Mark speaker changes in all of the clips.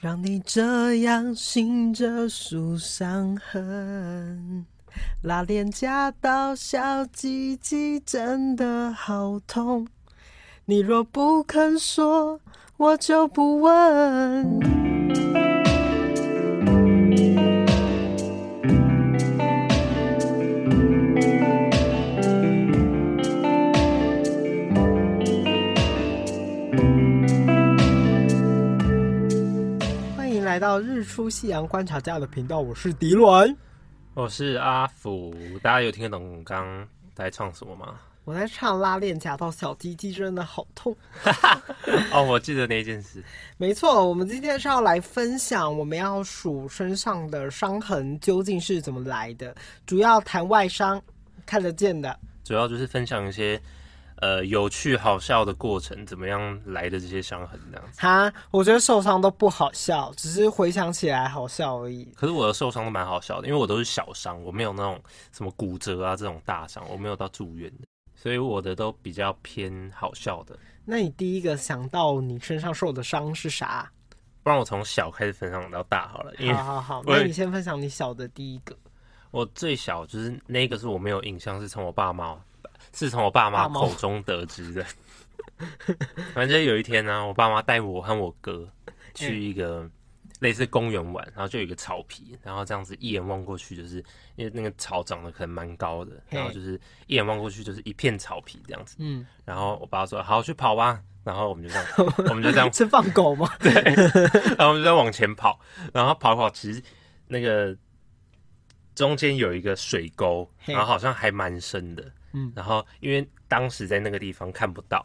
Speaker 1: 让你这样醒着数伤痕，拉脸颊到小鸡鸡真的好痛。你若不肯说，我就不问。欢迎来到日出夕阳观察家的频道，我是迪伦。
Speaker 2: 我是阿福，大家有听得懂刚刚在唱什么吗？
Speaker 1: 我在唱拉链夹到小鸡鸡真的好痛。
Speaker 2: 哦，我记得那件事。
Speaker 1: 没错，我们今天是要来分享我们要数身上的伤痕究竟是怎么来的，主要谈外伤，看得见的。
Speaker 2: 主要就是分享一些呃有趣好笑的过程，怎么样来的这些伤痕这样子。
Speaker 1: 哈，我觉得受伤都不好笑，只是回想起来好笑而已。
Speaker 2: 可是我的受伤都蛮好笑的，因为我都是小伤，我没有那种什么骨折啊这种大伤，我没有到住院的，所以我的都比较偏好笑的。
Speaker 1: 那你第一个想到你身上受的伤是啥？
Speaker 2: 不然我从小开始分享到大好了，因为
Speaker 1: 好好好，
Speaker 2: 嗯我
Speaker 1: 那你先分享你小的第一个。
Speaker 2: 我最小就是那个是我没有印象，是从我爸妈，是从我爸妈
Speaker 1: 爸妈
Speaker 2: 口中得知的。反正有一天呢、我爸妈带我和我哥
Speaker 1: 嗯
Speaker 2: 去一个类似公园玩，然后就有一个草皮，然后这样子一眼望过去，就是因为那个草长得可能蛮高的，
Speaker 1: 嘿
Speaker 2: 然后就是一眼望过去就是一片草皮这样子。
Speaker 1: 嗯，
Speaker 2: 然后我爸说：“好，去跑吧。”然后我们就这 样，我们就这样
Speaker 1: 是放狗吗？
Speaker 2: 然后我们就在往前跑，然后跑跑，其实那个中间有一个水沟，
Speaker 1: 嘿
Speaker 2: 然后好像还蛮深的，
Speaker 1: 嗯
Speaker 2: 嗯，然后因为当时在那个地方看不到，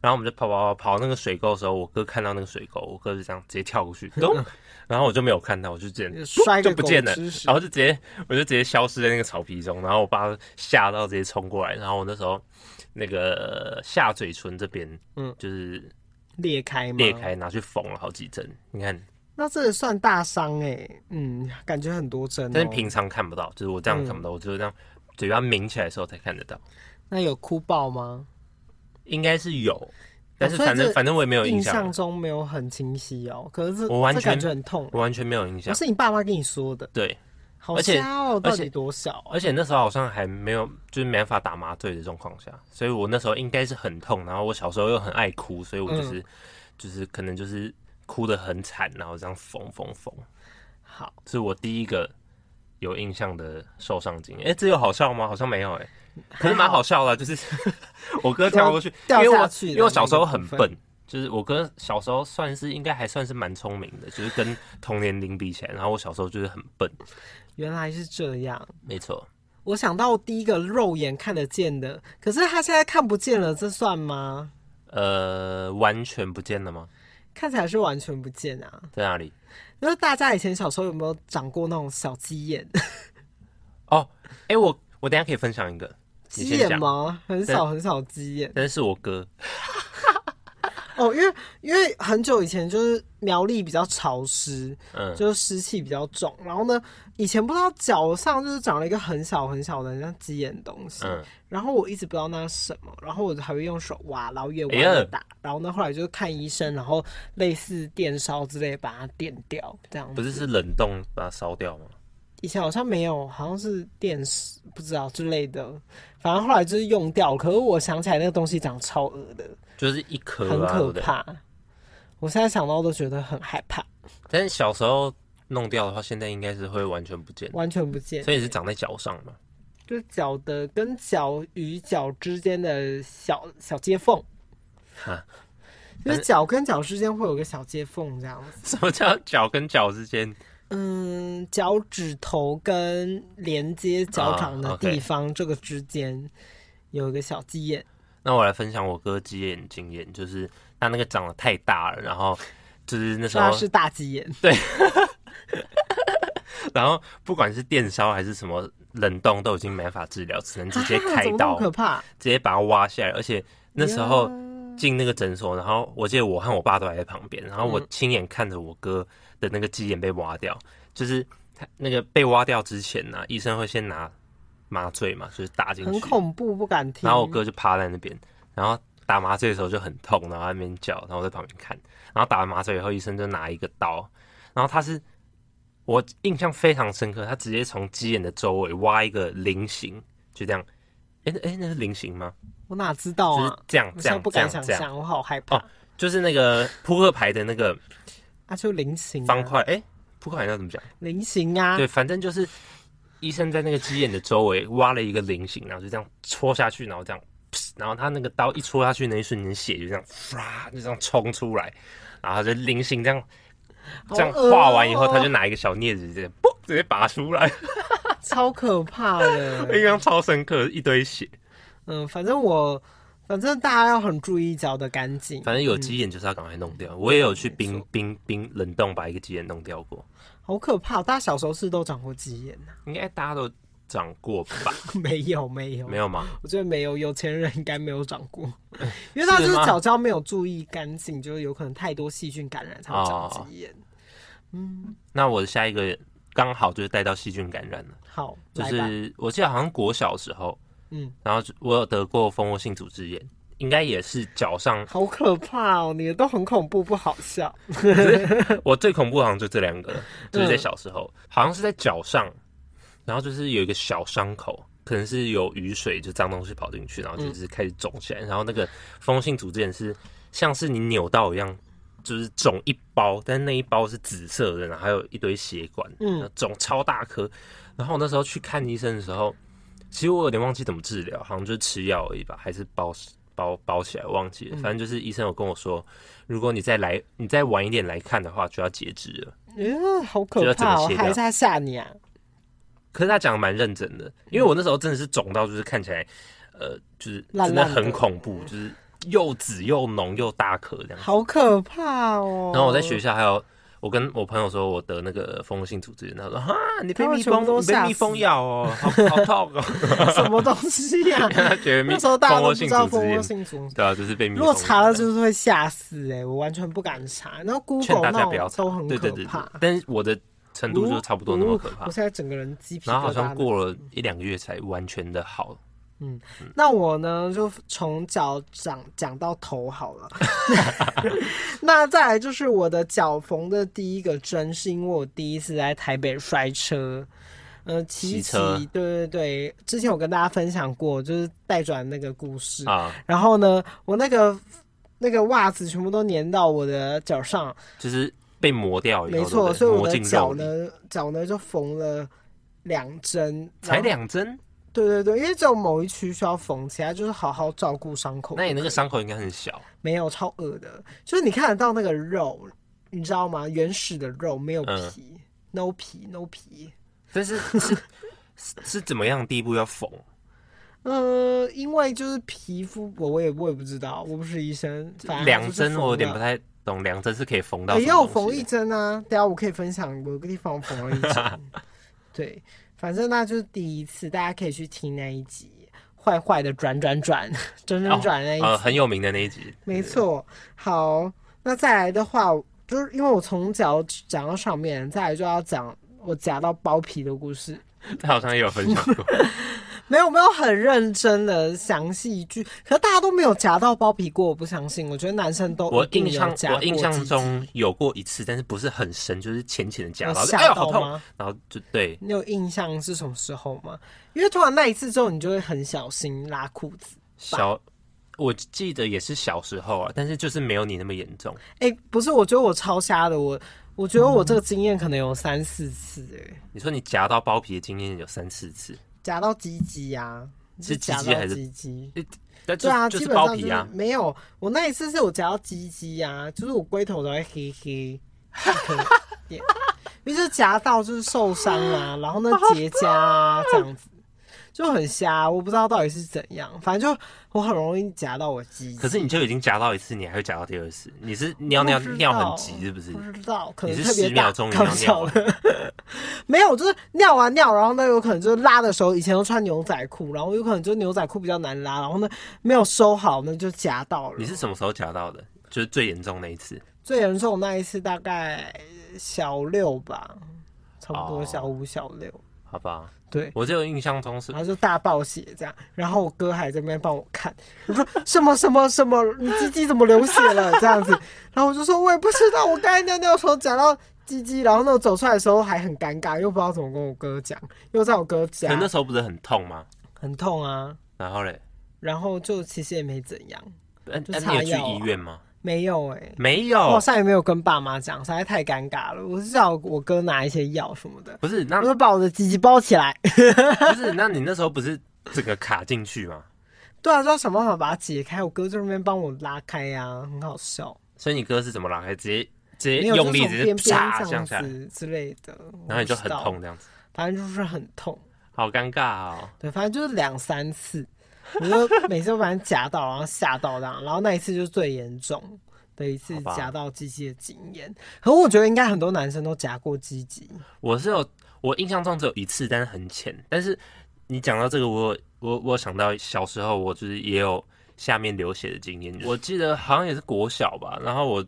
Speaker 2: 然后我们就跑跑跑跑那个水沟的时候，我哥看到那个水沟，我哥就这样直接跳过去， 咚，然后我就没有看到，我就直接
Speaker 1: 摔个
Speaker 2: 就不见了
Speaker 1: 狗吃，屎
Speaker 2: 然后就直接我就直接消失在那个草皮中，然后我爸吓到直接冲过来，然后我那时候那个下嘴唇这边，
Speaker 1: 嗯
Speaker 2: 嗯，就是
Speaker 1: 裂开吗？
Speaker 2: 裂。开拿去缝了好几针，你看。
Speaker 1: 那这也算大伤哎、嗯，感觉很多针、哦。嗯
Speaker 2: 但是平常看不到，就是我这样看不到，我只有这样嘴巴抿起来的时候才看得到，
Speaker 1: 那有哭爆吗？
Speaker 2: 应该是有，但是
Speaker 1: 哦所以
Speaker 2: 反正、
Speaker 1: 这
Speaker 2: 反正我也没有印
Speaker 1: 印
Speaker 2: 象
Speaker 1: 象
Speaker 2: 了，
Speaker 1: 中没有很清晰哦，可是这
Speaker 2: 我完
Speaker 1: 这
Speaker 2: 全
Speaker 1: 感觉很痛。
Speaker 2: 我完全没有印
Speaker 1: 不
Speaker 2: 象。
Speaker 1: 是你爸妈跟你说的，
Speaker 2: 对，
Speaker 1: 好
Speaker 2: 而且
Speaker 1: 瞎哦，到
Speaker 2: 而
Speaker 1: 底
Speaker 2: 且
Speaker 1: 多小啊、
Speaker 2: 而且那时候好像还没有，就是没办法打麻醉的状况下，所以我那时候应该是很痛，然后我小时候又很爱哭，所以我
Speaker 1: 嗯
Speaker 2: 就是、就是可能就是哭得很惨，然后这样缝缝缝，
Speaker 1: 好，
Speaker 2: 这是我第一个有印象的受伤经验。哎、这有好笑吗？好像没有哎、诶可是蛮好笑的啊，就是 我哥跳过去，因
Speaker 1: 掉
Speaker 2: 为
Speaker 1: 下
Speaker 2: 我
Speaker 1: 去的
Speaker 2: 因为我小时候很
Speaker 1: 那个
Speaker 2: 笨，就是我哥小时候算是应该还算是蛮聪明的，就是跟同年龄比起来，然后我小时候就是很笨，
Speaker 1: 原来是这样。
Speaker 2: 没错，
Speaker 1: 我想到第一个肉眼看得见的，可是他现在看不见了，这算吗？
Speaker 2: 呃，完全不见了吗？
Speaker 1: 看起来是完全不见啊！
Speaker 2: 在哪里？
Speaker 1: 就是大家以前小时候有没有长过那种小鸡眼？
Speaker 2: 哦，哎、我我等一下可 以分享一个，你
Speaker 1: 鸡
Speaker 2: 先
Speaker 1: 眼
Speaker 2: 讲，
Speaker 1: 吗？很少很少鸡眼
Speaker 2: 但是我哥，
Speaker 1: 哦，因为因为很久以前就是苗栗比较潮湿，
Speaker 2: 嗯，
Speaker 1: 就是湿气比较重。然后呢，以前不知道脚上就是长了一个很小很小的很像鸡眼的东西，
Speaker 2: 嗯
Speaker 1: 然后我一直不知道那是什么，然后我还会用手挖，然后越挖
Speaker 2: 哎呀
Speaker 1: 越大。然后呢，后来就是看医生，然后类似电烧之类把它电掉，这样
Speaker 2: 不是是冷冻把它烧掉吗？
Speaker 1: 以前好像没有，好像是电视不知道之类的，反正后来就是用掉。可是我想起来那个东西长超恶的，
Speaker 2: 就是一颗、啊，
Speaker 1: 很
Speaker 2: 对
Speaker 1: 可
Speaker 2: 不对
Speaker 1: 怕。我现在想到都觉得很害怕，
Speaker 2: 但是小时候弄掉的话，现在应该是会完全不见，
Speaker 1: 完全不见，
Speaker 2: 所以是长在脚上嘛。
Speaker 1: 就是脚的跟脚与脚之间的小小接缝，
Speaker 2: 哈，哎
Speaker 1: 就是脚跟脚之间会有个小接缝这样子。
Speaker 2: 什么叫脚跟脚之间？
Speaker 1: 嗯，脚趾头跟连接脚掌的
Speaker 2: 啊，OK
Speaker 1: 地方，这个之间有一个小鸡眼。
Speaker 2: 那我来分享我哥鸡眼经验，就是他那个长得太大了，然后就是那时
Speaker 1: 那
Speaker 2: 候，
Speaker 1: 是啊大鸡眼，
Speaker 2: 然后不管是电烧还是什么冷冻，都已经没法治疗，只能直接开
Speaker 1: 啊、怎么那
Speaker 2: 刀，
Speaker 1: 么可怕。
Speaker 2: 直接把它挖下来。而且那时候
Speaker 1: 呀
Speaker 2: 进那个诊所，然后我记得我和我爸都还在旁边，然后我
Speaker 1: 嗯
Speaker 2: 亲眼看着我哥的那个鸡眼被挖掉，就是他那个被挖掉之前呢、医生会先拿麻醉嘛，就是打进
Speaker 1: 很
Speaker 2: 去，
Speaker 1: 恐怖，不敢听。
Speaker 2: 然后我哥就趴在那边，然后打麻醉的时候就很痛，然后在那边叫，然后我在旁边看，然后打完麻醉以后，医生就拿一个刀，然后它是我印象非常深刻，它直接从鸡眼的周围挖一个菱形，就这样。哎、诶哎、那是菱形吗？
Speaker 1: 我哪知道
Speaker 2: 就是
Speaker 1: 啊？
Speaker 2: 这样
Speaker 1: 我
Speaker 2: 这
Speaker 1: 现在
Speaker 2: 样
Speaker 1: 不
Speaker 2: 这
Speaker 1: 敢
Speaker 2: 样
Speaker 1: 想
Speaker 2: 这样，
Speaker 1: 象，我好害怕。
Speaker 2: 哦就是那个扑克牌的那个
Speaker 1: 啊，就菱形啊
Speaker 2: 方，块，哎、扑克牌要怎么讲？
Speaker 1: 菱形啊，
Speaker 2: 对，反正就是医生在那个鸡眼的周围挖了一个菱形，然后就这样戳下去，然后这样，噗然后他那个刀一戳下去那一瞬间，血就这样唰就这样冲出来，然后就菱形这样
Speaker 1: 好
Speaker 2: 这样
Speaker 1: 恶
Speaker 2: 画完以后，他就
Speaker 1: 哦
Speaker 2: 拿一个小镊子直接嘣直接拔出来，
Speaker 1: 超可怕 的。
Speaker 2: 印象超深刻，一堆血。
Speaker 1: 嗯，反正我，反正大家要很注意嚼的干净。
Speaker 2: 反正有鸡眼就是要赶快弄掉，我也有去冰冰冰冷冻把一个鸡眼弄掉过，
Speaker 1: 好可怕！大家小时候是都长过鸡眼啊？
Speaker 2: 应该大家都长过吧？
Speaker 1: 没有，没有，
Speaker 2: 没有吗？
Speaker 1: 我觉得没有，有钱人应该没有长 过，因为他就是是
Speaker 2: 吗
Speaker 1: 脚胶没有注意干净，就是有可能太多细菌感染才会长
Speaker 2: 哦
Speaker 1: 鸡眼。
Speaker 2: 那我的下一个刚好就是带到细菌感染了。
Speaker 1: 好，
Speaker 2: 就
Speaker 1: 来吧，
Speaker 2: 是我记得好像国小时候，
Speaker 1: 嗯，
Speaker 2: 然后就我有得过蜂窝性组织炎，应该也是脚 上。
Speaker 1: 好可怕哦！你的都很恐怖，不好笑。
Speaker 2: 我最恐怖好像就这两个，就是在小时候，
Speaker 1: 嗯
Speaker 2: 好像是在脚上，然后就是有一个小伤口，可能是有雨水就脏东西跑进去，然后
Speaker 1: 嗯
Speaker 2: 就是开始肿起来，然后那个蜂窝性组织炎是像是你扭到一样。就是肿一包，但是那一包是紫色的，然后还有一堆血管，嗯，肿超大颗。然后我那时候去看医生的时候，其实我有点忘记怎么治疗，好像就是吃药而已吧，还是包包包起来，忘记了。反正就是医生有跟我说，如果你再来，你再晚一点来看的话，就要截肢了。
Speaker 1: 嗯，好
Speaker 2: 就
Speaker 1: 可
Speaker 2: 要整个
Speaker 1: 怕哦！
Speaker 2: 切掉
Speaker 1: 还是在吓你啊？
Speaker 2: 可是他讲的蛮认真的，因为我那时候真的是肿到就是看起来，呃，就是
Speaker 1: 烂
Speaker 2: 真的
Speaker 1: 烂的
Speaker 2: 很恐怖，就是又紫又浓又大颗这样。
Speaker 1: 好可怕哦！
Speaker 2: 然后我在学校还有。我跟我朋友说，我得那个蜂窝性组织炎，他说：“哈，你被
Speaker 1: 他们
Speaker 2: 蜜
Speaker 1: 全部
Speaker 2: 蜂，
Speaker 1: 都
Speaker 2: 你被
Speaker 1: 吓
Speaker 2: 蜜
Speaker 1: 死
Speaker 2: 蜂咬哦，好好痛哦。
Speaker 1: 什么东西呀、”
Speaker 2: 他觉得蜜
Speaker 1: 那时候大家
Speaker 2: 蜂
Speaker 1: 都
Speaker 2: 窝
Speaker 1: 不
Speaker 2: 性
Speaker 1: 知
Speaker 2: 组
Speaker 1: 道
Speaker 2: 织
Speaker 1: 蜂窝
Speaker 2: 炎，
Speaker 1: 性组织。
Speaker 2: 对啊，就是被蜜
Speaker 1: 如
Speaker 2: 蜂。
Speaker 1: 果查了，就是会吓死哎、我完全不敢查。那
Speaker 2: 劝
Speaker 1: Google
Speaker 2: 大
Speaker 1: 那
Speaker 2: 家不要
Speaker 1: 种
Speaker 2: 查，
Speaker 1: 都很
Speaker 2: 对对
Speaker 1: 可
Speaker 2: 对对
Speaker 1: 怕。，
Speaker 2: 但是我的程度就差不多那么可
Speaker 1: 哦
Speaker 2: 怕
Speaker 1: 我。现在整个人鸡皮疙瘩。
Speaker 2: 然后好像过了一两个月才完全的好，
Speaker 1: 那我呢，就从脚讲讲到头好了。那再来就是我的脚缝的第一个针，是因为我第一次在台北摔车。呃，
Speaker 2: 骑
Speaker 1: 骑骑
Speaker 2: 车，
Speaker 1: 对对对，之前我跟大家分享过，就是带转那个故事。
Speaker 2: 啊，
Speaker 1: 然后呢，我那个那个袜子全部都粘到我的脚上，
Speaker 2: 就是被磨掉以后，
Speaker 1: 没
Speaker 2: 对
Speaker 1: 错，
Speaker 2: 哦不对
Speaker 1: 所以我
Speaker 2: 磨
Speaker 1: 的
Speaker 2: 进
Speaker 1: 脚
Speaker 2: 肉里，
Speaker 1: 呢，脚呢就缝了两针，
Speaker 2: 才
Speaker 1: 然后。
Speaker 2: 两针，
Speaker 1: 对对对，因为只有某一区需要缝，其他就是好好照顾伤口。
Speaker 2: 那你那个伤口应该很小，
Speaker 1: 没有超恶的，就是你看得到那个肉，你知道吗？原始的肉没有
Speaker 2: 嗯
Speaker 1: 皮、n o 皮，no 皮。
Speaker 2: 但是 是是是怎么样的地步要缝？
Speaker 1: 呃，因为就是皮肤，我我也我也不知道，我不是医生，反正
Speaker 2: 两针我有点不
Speaker 1: 太。
Speaker 2: 太懂，两针是可以缝到
Speaker 1: 也
Speaker 2: 什么
Speaker 1: 有哎
Speaker 2: 东西
Speaker 1: 欸缝一针啊，等一下我可以分享，我有个地方缝了一 针。对，反正那就是第一次，大家可以去听那一集。坏坏的转转转，转转转那一集，
Speaker 2: 呃很有名的那一集，
Speaker 1: 没错。好，那再来的话，就是因为我从脚讲到上面，再来就要讲我夹到包皮的故事。
Speaker 2: 他好像也有分享过，
Speaker 1: 没有没有很认真的详细一句，可是大家都没有夹到包皮过，我不相 信。我觉得男生都
Speaker 2: 我
Speaker 1: 一定
Speaker 2: 印
Speaker 1: 有
Speaker 2: 象
Speaker 1: 夹
Speaker 2: 我印
Speaker 1: 过
Speaker 2: 象
Speaker 1: 几次
Speaker 2: 中有过一次，但是不是很深，就是浅浅的夹
Speaker 1: 有
Speaker 2: 到，就
Speaker 1: 吓
Speaker 2: 哎呦
Speaker 1: 到
Speaker 2: 好痛
Speaker 1: 吗，
Speaker 2: 然后就对，
Speaker 1: 你有印象是什么时候吗？因为突然那一次之后，你就会很小心拉裤子。
Speaker 2: 小，我记得也是小时候啊，但是就是没有你那么严重。
Speaker 1: 哎、不是，我觉得我超瞎的，我我觉得我这个经验可能有三四次、哎，
Speaker 2: 你说你夹到包皮的经验有三四次，
Speaker 1: 夹到鸡鸡呀，
Speaker 2: 是鸡
Speaker 1: 夹
Speaker 2: 鸡还
Speaker 1: 到
Speaker 2: 是
Speaker 1: 鸡鸡。
Speaker 2: 但就
Speaker 1: 对啊，
Speaker 2: 就
Speaker 1: 基
Speaker 2: 是
Speaker 1: 本上
Speaker 2: 包
Speaker 1: 就
Speaker 2: 皮
Speaker 1: 是
Speaker 2: 啊，
Speaker 1: 没有。我那一次是我夹到鸡鸡呀，就是我龟头都会黑黑，可怜因为就夹到就是受伤啊，然后呢结痂啊这样子，就很瞎。我不知道到底是怎样，反正就我很容易夹到我鸡鸡。
Speaker 2: 可是你就已经夹到一次，你还会夹到第二次，你是尿尿
Speaker 1: 不知道
Speaker 2: 尿很急是不是？
Speaker 1: 不知道，可能
Speaker 2: 你是
Speaker 1: 特别
Speaker 2: 10
Speaker 1: 大
Speaker 2: 秒钟也
Speaker 1: 搞
Speaker 2: 要
Speaker 1: 笑
Speaker 2: 尿完
Speaker 1: 的没有，就是尿完尿，然后呢，有可能就是拉的时候，以前都穿牛仔裤，然后有可能就是牛仔裤比较难拉，然后呢没有收好，那就夹到了。
Speaker 2: 你是什么时候夹到的？就是最严重那一次，
Speaker 1: 最严重的那一次大概小六吧，差不多
Speaker 2: 哦
Speaker 1: 小五小六，
Speaker 2: 好吧？
Speaker 1: 对。
Speaker 2: 我就印象中是
Speaker 1: 然后就大暴血这样，然后我哥还在那边帮我看， 我说什么什么 什么，你鸡鸡怎么流血了这样子，然后我就说我也不知道，我刚才尿尿的时候夹到鸡鸡，然后那我走出来的时候还很尴尬，又不知道怎么跟我哥讲，又在我哥
Speaker 2: 可
Speaker 1: 家
Speaker 2: 能那，时候不是很痛吗？
Speaker 1: 很痛啊。
Speaker 2: 然后嘞，
Speaker 1: 然后就其实也没怎样，
Speaker 2: 呃
Speaker 1: 就
Speaker 2: 呃
Speaker 1: 擦
Speaker 2: 你有去
Speaker 1: 药啊
Speaker 2: 医院吗？
Speaker 1: 没有哎、
Speaker 2: 没
Speaker 1: 我好
Speaker 2: 有，
Speaker 1: 像也没有跟爸妈讲，实在太尴尬了。我是叫我哥拿一些药什么的，
Speaker 2: 不是那
Speaker 1: 我就把我的鸡鸡包起来。
Speaker 2: 不是那你那时候不是整个卡进去吗？
Speaker 1: 对啊，就要想办法把它解开。我哥在那边帮我拉开呀、很好笑。
Speaker 2: 所以你哥是怎么拉开？直接直接
Speaker 1: 没有
Speaker 2: 用力，
Speaker 1: 就是从
Speaker 2: 直接
Speaker 1: 边边
Speaker 2: 啪
Speaker 1: 这
Speaker 2: 降
Speaker 1: 样
Speaker 2: 下来，
Speaker 1: 子之类的，
Speaker 2: 然后你就很
Speaker 1: 我不知
Speaker 2: 痛
Speaker 1: 道，
Speaker 2: 这样子，
Speaker 1: 反正就是很痛。
Speaker 2: 好尴尬哦。
Speaker 1: 对，反正就是两三次，我 就每次都把它夹到，然后吓到这样，然后那一次就是最严重的一次
Speaker 2: 好吧
Speaker 1: 夹到鸡鸡的经验。可我觉得应该很多男生都夹过鸡鸡，
Speaker 2: 我是有，我印象中只有一次，但是很浅。但是你讲到这个，我有我我想到小时候，我就是也有下面流血的经验。我记得好像也是国小吧，然后我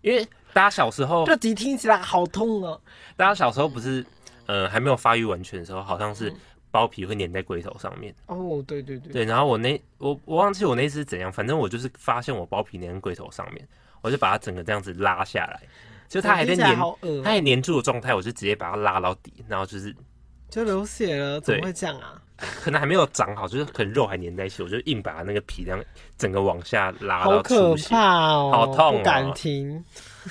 Speaker 2: 因为大家小时候，
Speaker 1: 这集听起来好痛哦、
Speaker 2: 大家小时候不是呃还没有发育完全的时候，好像是包皮会粘在龟头上面。
Speaker 1: 哦，对对嗯对，
Speaker 2: 对，然后我那我我忘记我那次是怎样，反正我就是发现我包皮粘在龟头上面，我就把它整个这样子拉下来，就它还在
Speaker 1: 听起来
Speaker 2: 粘，
Speaker 1: 好恶
Speaker 2: 它
Speaker 1: 哦，
Speaker 2: 还粘住的状态，我就直接把它拉到底，然后就是
Speaker 1: 就流血了，怎么
Speaker 2: 对
Speaker 1: 会这样啊？
Speaker 2: 可能还没有长好，就是可能肉还粘在一起，我就硬把那个皮这样整个往下拉
Speaker 1: 好
Speaker 2: 到
Speaker 1: 可
Speaker 2: 出血。
Speaker 1: 怕哦，
Speaker 2: 好痛哦
Speaker 1: 不敢听，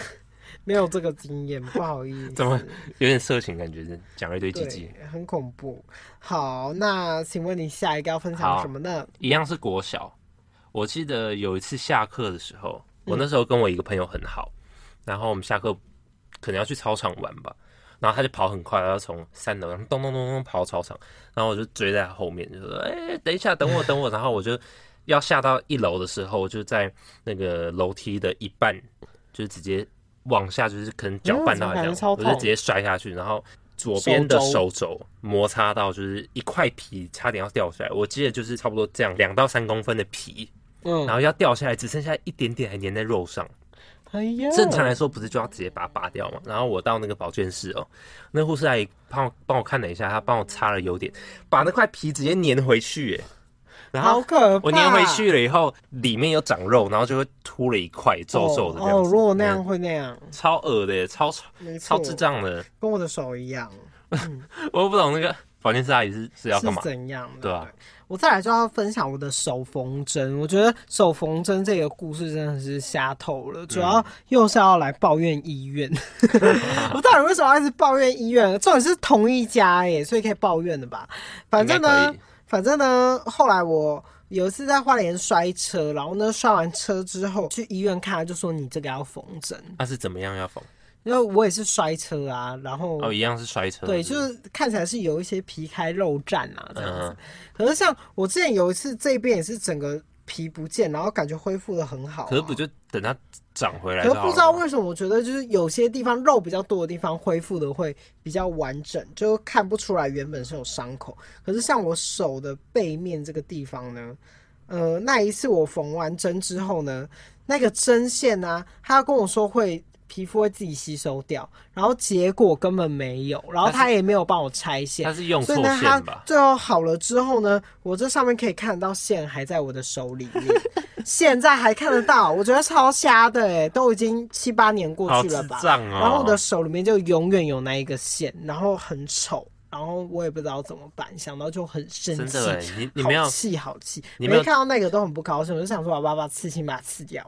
Speaker 1: 没有这个经验，不好意思，
Speaker 2: 怎么有点色情感觉？是讲了一堆鸡鸡
Speaker 1: 对，，很恐怖。好，那请问你下一个要分享
Speaker 2: 好
Speaker 1: 什么呢？
Speaker 2: 一样是国小。我记得有一次下课的时候，
Speaker 1: 嗯
Speaker 2: 我那时候跟我一个朋友很好，然后我们下课可能要去操场玩吧，然后他就跑很快，然后从三楼然后咚咚咚咚跑到操场，然后我就追在他后面，就说：“哎、等一下，等我， 等我。”然后我就要下到一楼的时候，我就在那个楼梯的一半，就直接往下，就是可能脚绊到
Speaker 1: 嗯感
Speaker 2: 还是
Speaker 1: 觉
Speaker 2: 这样，
Speaker 1: 超
Speaker 2: 我
Speaker 1: 痛
Speaker 2: 就直接摔下去，然后左边的手肘摩擦到，就是一块皮差点要掉下来。我记得就是差不多这样，两到三公分的皮，
Speaker 1: 嗯
Speaker 2: 然，后要掉下来，只剩下一点点还粘在肉上。
Speaker 1: 哎呀，
Speaker 2: 正常来说不是就要直接把它拔掉嘛？然后我到那个保健室哦，那护士阿姨帮我帮我看了一下，她帮我擦了油点，把那块皮直接粘回去耶，然
Speaker 1: 好
Speaker 2: 后
Speaker 1: 可怕，
Speaker 2: 我粘回去了以后，里面有长肉，然后就会凸了一块皱皱的这样
Speaker 1: 哦。哦
Speaker 2: 子。
Speaker 1: 如果那样
Speaker 2: 嗯
Speaker 1: 会那样，
Speaker 2: 超恶的耶，超
Speaker 1: 没错
Speaker 2: 超智，障的，
Speaker 1: 跟我的手一样，
Speaker 2: 我又不懂那个保健室阿姨是是要
Speaker 1: 是
Speaker 2: 干嘛？
Speaker 1: 怎样的？
Speaker 2: 对啊
Speaker 1: 我再来就要分享我的手缝针，我觉得手缝针这个故事真的是瞎透
Speaker 2: 嗯
Speaker 1: 了，主要又是要来抱怨医 院。我到底为什么要一直抱怨医院？重点是同一家耶，所以可以抱怨的吧？反正
Speaker 2: 应该
Speaker 1: 呢
Speaker 2: 可以，
Speaker 1: 反正呢，后来我有一次在花莲摔车，然后呢摔完车之后去医院看，他就说你这个要缝针，
Speaker 2: 那是怎么样要缝？
Speaker 1: 因为我也是摔车啊，然后
Speaker 2: 哦，一样是摔车。
Speaker 1: 对，就是是看起来是有一些皮开肉绽啊这样子。
Speaker 2: 嗯
Speaker 1: 可是像我之前有一次这边也是整个皮不见，然后感觉恢复的很好啊、
Speaker 2: 不是，可是不就等它长回来
Speaker 1: 可
Speaker 2: 就是好
Speaker 1: 不知道
Speaker 2: 了
Speaker 1: 为什么，我觉得就是有些地方肉比较多的地方恢复的会比较完整，就看不出来原本是有伤口。可是像我手的背面这个地方呢，呃，那一次我缝完针之后呢，那个针线呢、啊，他跟我说会。皮肤会自己吸收掉，然后结果根本没有，然后
Speaker 2: 它
Speaker 1: 他也没有帮我拆线
Speaker 2: 它，是用
Speaker 1: 所
Speaker 2: 错
Speaker 1: 以呢，它
Speaker 2: 线吧？
Speaker 1: 最后好了之后呢，我这上面可以看得到线还在我的手里 面，现在还看得到，我觉得超瞎的哎、都已经七八年过
Speaker 2: 好
Speaker 1: 去
Speaker 2: 智
Speaker 1: 了吧。
Speaker 2: 障哦！
Speaker 1: 然后我的手里面就永远有那一个线，然后很丑，然后我也不知道怎么办，想到就很生
Speaker 2: 真
Speaker 1: 气，
Speaker 2: 的哎，你你们要
Speaker 1: 好气好气，
Speaker 2: 你
Speaker 1: 每
Speaker 2: 没有
Speaker 1: 次看到那个都很不高兴，我就想说我要把它刺青把它刺掉。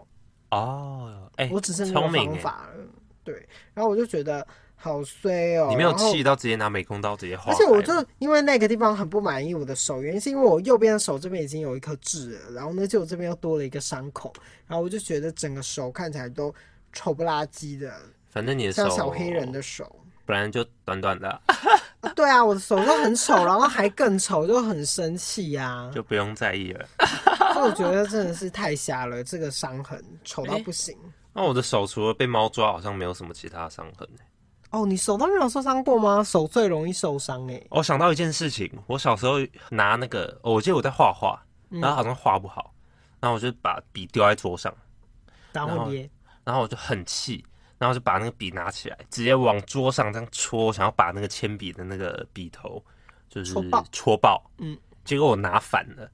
Speaker 2: 哦，哎，
Speaker 1: 我只是没有
Speaker 2: 聪明
Speaker 1: 方
Speaker 2: 哎，
Speaker 1: 法了。对，然后我就觉得好衰哦、
Speaker 2: 你没有
Speaker 1: 然后
Speaker 2: 气到直接拿美工刀直接划
Speaker 1: 而
Speaker 2: 开。
Speaker 1: 且我就因为那个地方很不满意我的手，原因是因为我右边的手这边已经有一颗痣了，然后呢，就我这边又多了一个伤口，然后我就觉得整个手看起来都丑不拉几的，
Speaker 2: 反正你的手哦
Speaker 1: 像小黑人的手。
Speaker 2: 本来就短短的，
Speaker 1: 啊对啊，我的手就很丑，然后还更丑，就很生气呀、
Speaker 2: 就不用在意了。
Speaker 1: 所以我觉得真的是太瞎了，这个伤痕丑到不行。
Speaker 2: 那啊我的手除了被猫抓，好像没有什么其他伤痕。欸
Speaker 1: 哦，你手都没有受伤过吗？手最容易受伤哎、
Speaker 2: 我想到一件事情，我小时候拿那个，哦我记得我在画画，
Speaker 1: 嗯
Speaker 2: 然后好像画不好，然后我就把笔丢在桌上，
Speaker 1: 打
Speaker 2: 然后
Speaker 1: 混捏。
Speaker 2: 然后我就很气，然后就把那个笔拿起来，直接往桌上这样戳，想要把那个铅笔的那个笔头就是
Speaker 1: 戳爆
Speaker 2: 戳爆，
Speaker 1: 嗯，
Speaker 2: 结果我拿反了，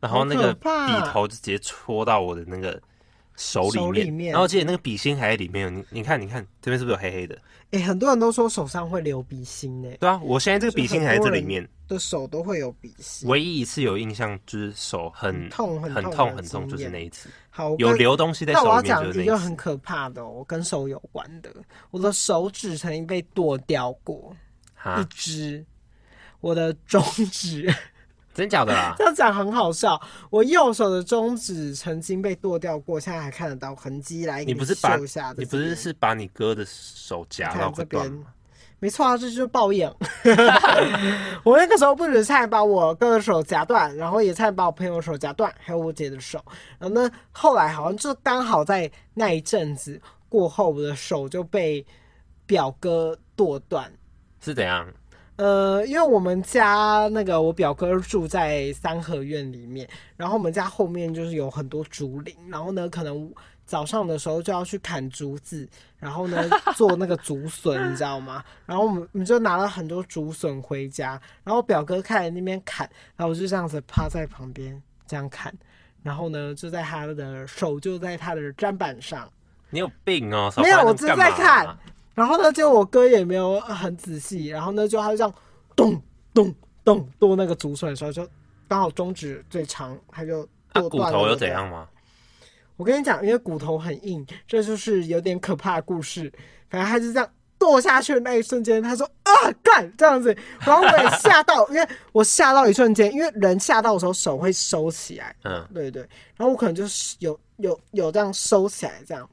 Speaker 2: 然后那
Speaker 1: 好
Speaker 2: 个
Speaker 1: 可怕啊
Speaker 2: 笔头就直接戳到我的那个手里
Speaker 1: 手
Speaker 2: 面，
Speaker 1: 里面
Speaker 2: 然后而且那个笔芯还在里面。哦你你看，你看这边是不是有黑黑的？
Speaker 1: 哎、很多人都说手上会流鼻心呢、
Speaker 2: 对啊，我现在这个笔芯还在这里面。
Speaker 1: 的手都会有鼻心。
Speaker 2: 唯一一次有印象就是手很
Speaker 1: 很痛
Speaker 2: 很
Speaker 1: 很痛
Speaker 2: 痛
Speaker 1: 的
Speaker 2: 很痛，
Speaker 1: 经
Speaker 2: 就是
Speaker 1: 验
Speaker 2: 那一次
Speaker 1: 好，我
Speaker 2: 有
Speaker 1: 跟
Speaker 2: 留东西在
Speaker 1: 那
Speaker 2: 手
Speaker 1: 我要
Speaker 2: 里面，
Speaker 1: 讲
Speaker 2: 就是
Speaker 1: 一
Speaker 2: 那
Speaker 1: 个
Speaker 2: 一次
Speaker 1: 很。可怕的、哦，我跟手有关的，我的手指曾经被剁掉过、一
Speaker 2: 哈，
Speaker 1: 只，我的中指， ？
Speaker 2: 真假的啦
Speaker 1: 这样讲很好笑。我右手的中指曾经被剁掉过，现在还看得到痕迹来。
Speaker 2: 你不是把
Speaker 1: 秀一下
Speaker 2: 你
Speaker 1: 在这
Speaker 2: 不
Speaker 1: 边，
Speaker 2: 是是把你哥的手夹
Speaker 1: 看
Speaker 2: 到
Speaker 1: 这
Speaker 2: 快断
Speaker 1: 边
Speaker 2: 吗？
Speaker 1: 没错啊，这就是报应。 我那个时候不止差点把我哥的手夹断，然后也差点把我朋友的手夹断，还有我姐的手。然后呢，后来好像就刚好在那一阵子过后，我的手就被表哥剁断。
Speaker 2: 是怎样？
Speaker 1: 呃，因为我们家那个我表哥住在三合院里面，然后我们家后面就是有很多竹林，然后呢，可能早上的时候就要去砍竹子，然后呢做那个竹笋，你知道吗？ 然后我们我们就拿了很多竹笋回家，然后表哥看着那边砍，然后我就这样子趴在旁边这样砍，然后呢就在他的手就在他的砧板上，
Speaker 2: 你有病哦！少
Speaker 1: 没有
Speaker 2: 花那
Speaker 1: 我
Speaker 2: 么
Speaker 1: 正在
Speaker 2: 干嘛
Speaker 1: 看
Speaker 2: 啊
Speaker 1: 然后呢，结果我哥也没有很仔细，然后呢，就他就这样咚咚咚剁那个竹笋的时候，就刚好中指最长，他就
Speaker 2: 啊，
Speaker 1: 剁
Speaker 2: 骨
Speaker 1: 断了
Speaker 2: 头
Speaker 1: 我
Speaker 2: 又
Speaker 1: 的
Speaker 2: 怎？样吗？
Speaker 1: 我跟你讲，因为骨头很硬，这就是有点可怕的故事。反正他就这样剁下去的那一瞬间，他说啊干这样子，然后我也吓到，因为我吓到一瞬间，因为人吓到的时候手会收起来，
Speaker 2: 嗯，
Speaker 1: 对对，然后我可能就是有有有这样收起来这样，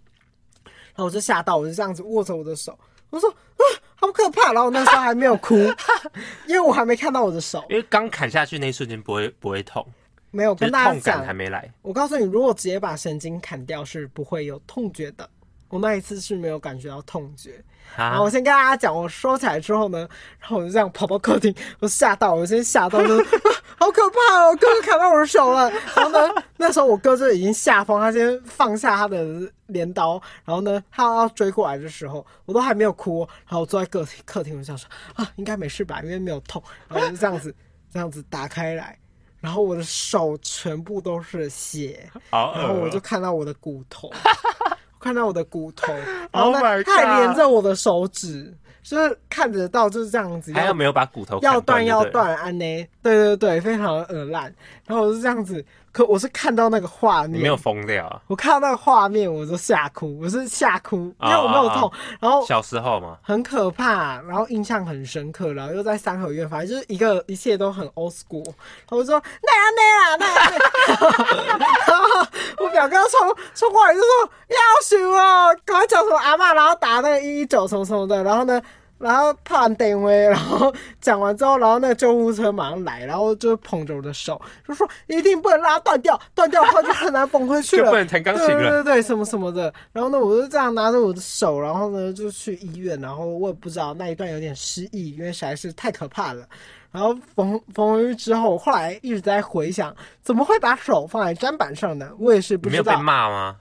Speaker 1: 然后我就吓到，我就这样子握着我的手，我说啊，好可怕！然后我那时候还没有哭， 因为我还没看到我的手，
Speaker 2: 因为刚砍下去那一瞬间不会不会痛，
Speaker 1: 没有
Speaker 2: 就
Speaker 1: 跟
Speaker 2: 是
Speaker 1: 大
Speaker 2: 痛
Speaker 1: 家
Speaker 2: 感还
Speaker 1: 讲。
Speaker 2: 没来。
Speaker 1: 我告诉你，如果直接把神经砍掉是不会有痛觉的。我那一次是没有感觉到痛觉。然
Speaker 2: 啊
Speaker 1: 后我，先跟大家讲，我收起来之后呢，然后我就这样跑到客厅，我吓到，我先吓到，就是、 啊好可怕哦，哥哥砍到我的手了。然后呢， 那时候我哥就已经吓疯，他先放下他的镰刀，然后呢，他要追过来的时候，我都还没有哭哦、然后我坐在客厅客厅，我就想说啊，应该没事吧，因为没有痛。然后我就这样子这样子打开来，然后我的手全部都是血。
Speaker 2: 好
Speaker 1: 然后我
Speaker 2: 恶
Speaker 1: 就
Speaker 2: 哦
Speaker 1: 看到我的骨 头，我看到我的骨头，然后
Speaker 2: Oh my
Speaker 1: 呢，它还连着我的手指，就是看得到就是这样子，
Speaker 2: 还有
Speaker 1: 要
Speaker 2: 没有把骨头
Speaker 1: 要
Speaker 2: 砍断
Speaker 1: 断
Speaker 2: 就
Speaker 1: 要
Speaker 2: 对了
Speaker 1: 断，安呢，对对对，非常的恶烂。然后我是这样子，可我是看到那个画
Speaker 2: 你
Speaker 1: 面，
Speaker 2: 没有疯掉啊？
Speaker 1: 我看到那个画面我就吓哭，我是吓哭，因为
Speaker 2: 啊
Speaker 1: 我没有
Speaker 2: 啊啊
Speaker 1: 痛，然后
Speaker 2: 小时候嘛，
Speaker 1: 很可怕，然后印象很深刻，然后又在三合院，反正就是一个一切都很 old school。然后我说那样那样那样， 然后我表哥冲冲过来就说要死哦，赶快叫什么阿嬷，然后打那个一一九什么什么的，然后呢。然后怕完电话，然后讲完之后，然后那个救护车马上来，然后就捧着我的手，就说一定不能让它断掉，断掉的话就很难缝回去
Speaker 2: 就
Speaker 1: 了
Speaker 2: 不。能弹钢琴
Speaker 1: 对对
Speaker 2: 了。
Speaker 1: 对，什么什么的。然后呢，我就这样拿着我的手，然后呢就去医院，然后我也不知道那一段有点失忆，因为实在是太可怕了。然后缝缝回去之后，我后来一直在回想，怎么会把手放在砧板上呢？我也是不
Speaker 2: 你
Speaker 1: 知
Speaker 2: 没有被
Speaker 1: 道。
Speaker 2: 骂吗？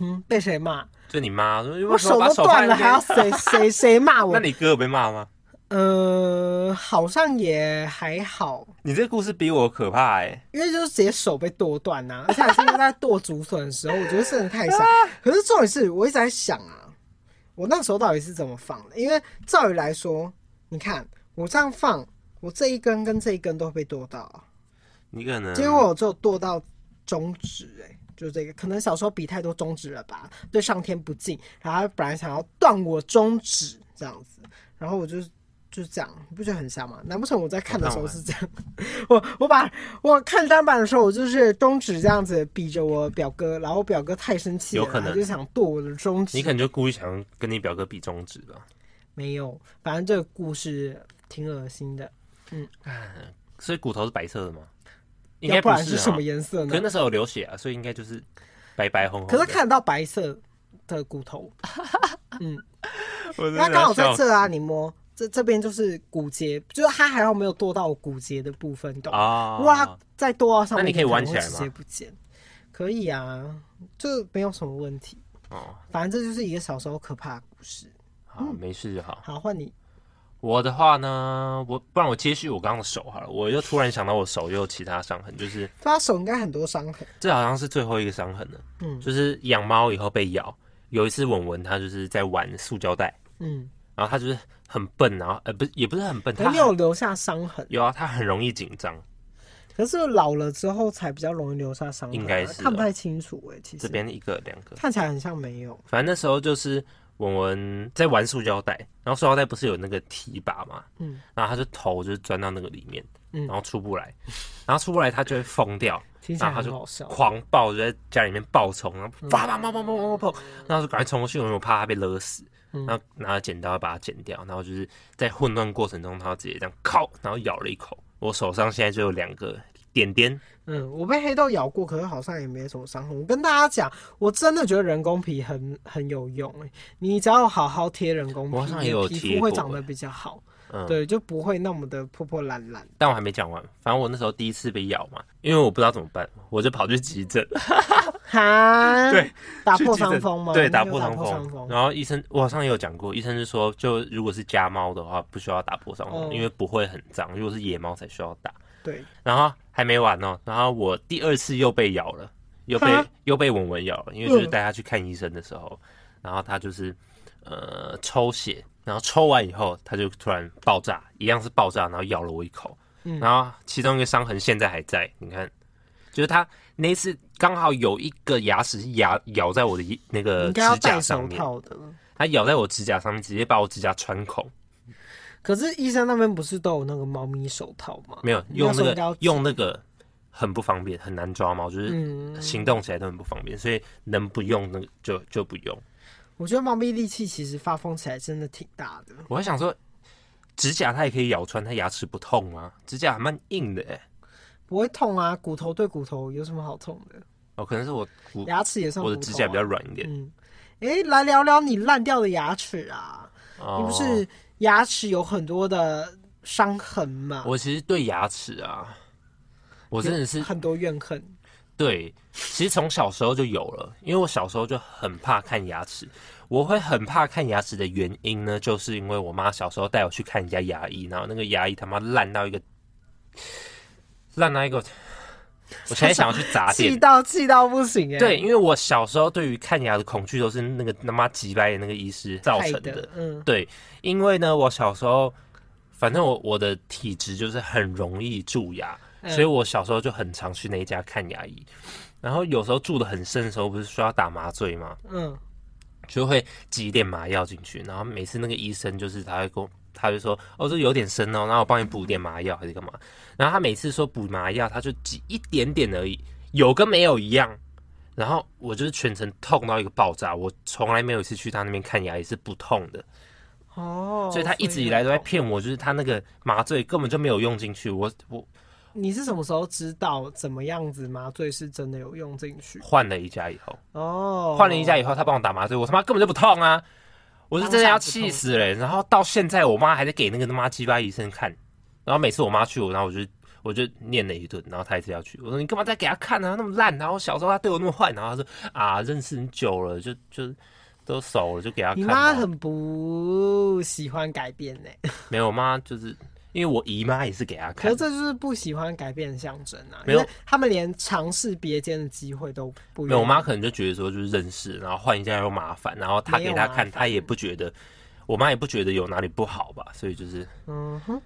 Speaker 1: 嗯，被谁骂？
Speaker 2: 就你妈说，
Speaker 1: 我
Speaker 2: 为什
Speaker 1: 手
Speaker 2: 么把
Speaker 1: 都
Speaker 2: 手
Speaker 1: 断
Speaker 2: 放
Speaker 1: 了，
Speaker 2: 在
Speaker 1: 还要
Speaker 2: 那边？
Speaker 1: 谁谁谁骂我
Speaker 2: 那？你哥有被骂吗？
Speaker 1: 呃，好像也还好，
Speaker 2: 你这故事比我可怕哎！
Speaker 1: 因为就是直接手被剁断呐、而且还是因为在剁竹笋的时候，我觉得真的太
Speaker 2: 啊
Speaker 1: 傻。可是重点是我一直在想啊，我那时候到底是怎么放的？因为照理来说，你看我这样放，我这一根跟这一根都会被剁到啊，
Speaker 2: 你可能
Speaker 1: 结果我就剁到中指、欸，就这个，可能小时候比太多中指了吧，对上天不敬，然后他本来想要断我中指这样子，然后我就就这样，你不觉得很像吗？难不成我在看的时候是这样？ 我我把我看单板的时候，我就是中指这样子比着我表哥，然后我表哥太生气了，
Speaker 2: 有可能
Speaker 1: 他就想剁我的中指。
Speaker 2: 你可能就故意想跟你表哥比中指吧。
Speaker 1: 没有，反正这个故事挺恶心的，
Speaker 2: 所以骨头是白色的吗？应该
Speaker 1: 要不然
Speaker 2: 是
Speaker 1: 什么
Speaker 2: 哈
Speaker 1: 颜色
Speaker 2: 可是
Speaker 1: 呢？
Speaker 2: 那时候有流血啊，所以应该就是白白红红的。
Speaker 1: 可是看得到白色的骨头，
Speaker 2: 我真的
Speaker 1: 那刚好
Speaker 2: 要
Speaker 1: 在
Speaker 2: 笑
Speaker 1: 这啊，你摸这这边就是骨节，就是它还好没有剁到我骨节的部分，你懂吗？
Speaker 2: 啊！
Speaker 1: 如果它再剁到上面，
Speaker 2: 那你可以
Speaker 1: 能
Speaker 2: 弯起来
Speaker 1: 会直
Speaker 2: 吗
Speaker 1: 接不见。可以啊，就没有什么问题。
Speaker 2: 哦，
Speaker 1: 反正这就是一个小时候可怕的故事。
Speaker 2: 好，没事就好。
Speaker 1: 好，换你。
Speaker 2: 我的话呢，我不然我接续我刚刚的手好了，我又突然想到我手又有其他伤痕，就是
Speaker 1: 他手应该很多伤痕，
Speaker 2: 这好像是最后一个伤痕了。
Speaker 1: 嗯
Speaker 2: 就是养猫以后被咬，有一次文文它就是在玩塑胶袋，
Speaker 1: 嗯，
Speaker 2: 然后它就是很笨，然后呃不是也不是很笨，它
Speaker 1: 可你有留下伤痕，
Speaker 2: 有啊，它很容易紧张，
Speaker 1: 可是老了之后才比较容易留下伤痕啊，
Speaker 2: 应该是哦
Speaker 1: 看不太清楚哎、其实
Speaker 2: 这边一个两个，
Speaker 1: 看起来很像没有，
Speaker 2: 反正那时候就是文文在玩塑胶袋，然后塑胶袋不是有那个提把嘛，
Speaker 1: 嗯，
Speaker 2: 然后他就头就是钻到那个里面，
Speaker 1: 嗯
Speaker 2: 然后出不来， 然后出不来他就会疯掉，
Speaker 1: 听起
Speaker 2: 然
Speaker 1: 来
Speaker 2: 后他
Speaker 1: 很
Speaker 2: 就
Speaker 1: 好嗯笑。
Speaker 2: 狂暴，就在家里面暴冲，然后叭叭叭叭叭叭叭，然后就赶快冲过去，因为我怕他被勒死。
Speaker 1: 嗯
Speaker 2: 然后拿剪刀把它剪掉，然后就是在混乱过程中，他直接这样靠，然后咬了一口。我手上现在就有两个点点，
Speaker 1: 嗯，我被黑豆咬过，可是好像也没什么伤痕。我跟大家讲，我真的觉得人工皮很很有用哎、你只要好好贴人工皮，
Speaker 2: 我好像
Speaker 1: 你
Speaker 2: 也
Speaker 1: 的
Speaker 2: 有
Speaker 1: 皮
Speaker 2: 贴
Speaker 1: 肤会
Speaker 2: 过
Speaker 1: 长
Speaker 2: 欸
Speaker 1: 得比较好，
Speaker 2: 嗯
Speaker 1: 对，就不会那么的破破烂烂。
Speaker 2: 但我还没讲完。反正我那时候第一次被咬嘛，因为我不知道怎么办，我就跑去急诊。
Speaker 1: 哈，
Speaker 2: 对，
Speaker 1: 打
Speaker 2: 去
Speaker 1: 破
Speaker 2: 急诊
Speaker 1: 伤风吗？
Speaker 2: 对，
Speaker 1: 你
Speaker 2: 打
Speaker 1: 有
Speaker 2: 破
Speaker 1: 打
Speaker 2: 伤
Speaker 1: 破伤
Speaker 2: 风。嗯然后医生，我好像也有讲过，医生是说，就如果是家猫的话，不需要打破伤风，
Speaker 1: 嗯
Speaker 2: 因为不会很脏；如果是野猫才需要打。
Speaker 1: 对，
Speaker 2: 然后还没完哦，然后我第二次又被咬了，又被
Speaker 1: 哈
Speaker 2: 又被文文咬了，因为就是带他去看医生的时候，然后他就是呃抽血，然后抽完以后他就突然爆炸，一样是爆炸，然后咬了我一口，
Speaker 1: 嗯
Speaker 2: 然后其中一个伤痕现在还在，你看，就是他那一次刚好有一个牙齿是牙咬在我的一那
Speaker 1: 你
Speaker 2: 个
Speaker 1: 应该要
Speaker 2: 呃指
Speaker 1: 戴手
Speaker 2: 甲上面，
Speaker 1: 套的。
Speaker 2: 他咬在我指甲上面，直接把我指甲穿孔，
Speaker 1: 可是医生那边不是都有那个猫咪手套吗？
Speaker 2: 没有
Speaker 1: 你
Speaker 2: 用
Speaker 1: 时
Speaker 2: 那
Speaker 1: 候应该要
Speaker 2: 个用那个很不方便，很难抓猫，就是。
Speaker 1: 嗯，
Speaker 2: 行动起来都很不方便，所以能不用那个就就不用。
Speaker 1: 我觉得猫咪力气其实发疯起来真的挺大的。
Speaker 2: 我还想说，指甲它也可以咬穿，它牙齿不痛吗？指甲还蛮硬的哎、
Speaker 1: 不会痛啊，骨头对骨头有什么好痛的？
Speaker 2: 哦，可能是我骨、
Speaker 1: 牙齿也算
Speaker 2: 我
Speaker 1: 骨头、
Speaker 2: 的指甲比较。软一点。
Speaker 1: 嗯，哎、来聊聊你烂掉的牙齿啊！
Speaker 2: 哦
Speaker 1: 你不是牙齿有很多的伤痕嘛？
Speaker 2: 哦我其实对牙齿啊，我真的是
Speaker 1: 很多怨恨。
Speaker 2: 对，其实从小时候就有了，因为我小时候就很怕看牙齿。我会很怕看牙齿的原因呢，就是因为我妈小时候带我去看人家牙医，然后那个牙医他妈烂到一个烂到一个，我现在想要去 砸
Speaker 1: 气
Speaker 2: 店。
Speaker 1: 到气到不行哎、
Speaker 2: 对，，因为我小时候对于看牙的恐惧都是那个他妈几百的那个医师造
Speaker 1: 害
Speaker 2: 成的
Speaker 1: 的。，嗯，
Speaker 2: 对，因为呢，我小时候，反正我我的体质就是很容易蛀牙，
Speaker 1: 嗯
Speaker 2: 所以我小时候就很常去那一家看牙医。然后有时候住的很深的时候，不是说要打麻醉吗？
Speaker 1: 嗯，
Speaker 2: 就会挤一点麻药进去。然后每次那个医生就是他会跟我，他就说：“哦，这有点深哦，然后我帮你补一点麻药还是干嘛？”然后他每次说补麻药，他就挤一点点而已，有跟没有一样。然后我就是全程痛到一个爆炸，我从来没有一次去他那边看牙医是不痛的。
Speaker 1: 哦，
Speaker 2: 所以他一直以来都在
Speaker 1: 很痛
Speaker 2: 骗我，就是他那个麻醉根本就没有用进去。我我
Speaker 1: 你是什么时候知道怎么样子麻醉是真的有用进去？
Speaker 2: 换了一家以后，
Speaker 1: 哦，
Speaker 2: 换了一家以后，他帮我打麻醉，我他妈根本就不痛啊！我是真的要气死了欸、然后到现在，我妈还在给那个他妈鸡巴医生看，然后每次我妈去我，然后我就我就念了一顿，然后她一直要去，我说你干嘛再给他看啊？那么烂，然后小时候他对我那么坏，然后她说啊，认识很久了，就就都熟了，就给他
Speaker 1: 你
Speaker 2: 看
Speaker 1: 妈
Speaker 2: 吧。
Speaker 1: 很不喜欢改变呢、
Speaker 2: 没有，我妈就是因为我姨妈也是给他
Speaker 1: 可
Speaker 2: 看
Speaker 1: 是，这就是不喜欢改变的象征啊，
Speaker 2: 没有
Speaker 1: 因为他们连尝试别间的机会都不愿意
Speaker 2: 没有，我妈可能就觉得说就是认识，然后换一家又麻烦，然后她给她
Speaker 1: 没有麻
Speaker 2: 看，
Speaker 1: 烦
Speaker 2: 她也不觉得，我妈也不觉得有哪里不好吧，所以就是
Speaker 1: 嗯哼，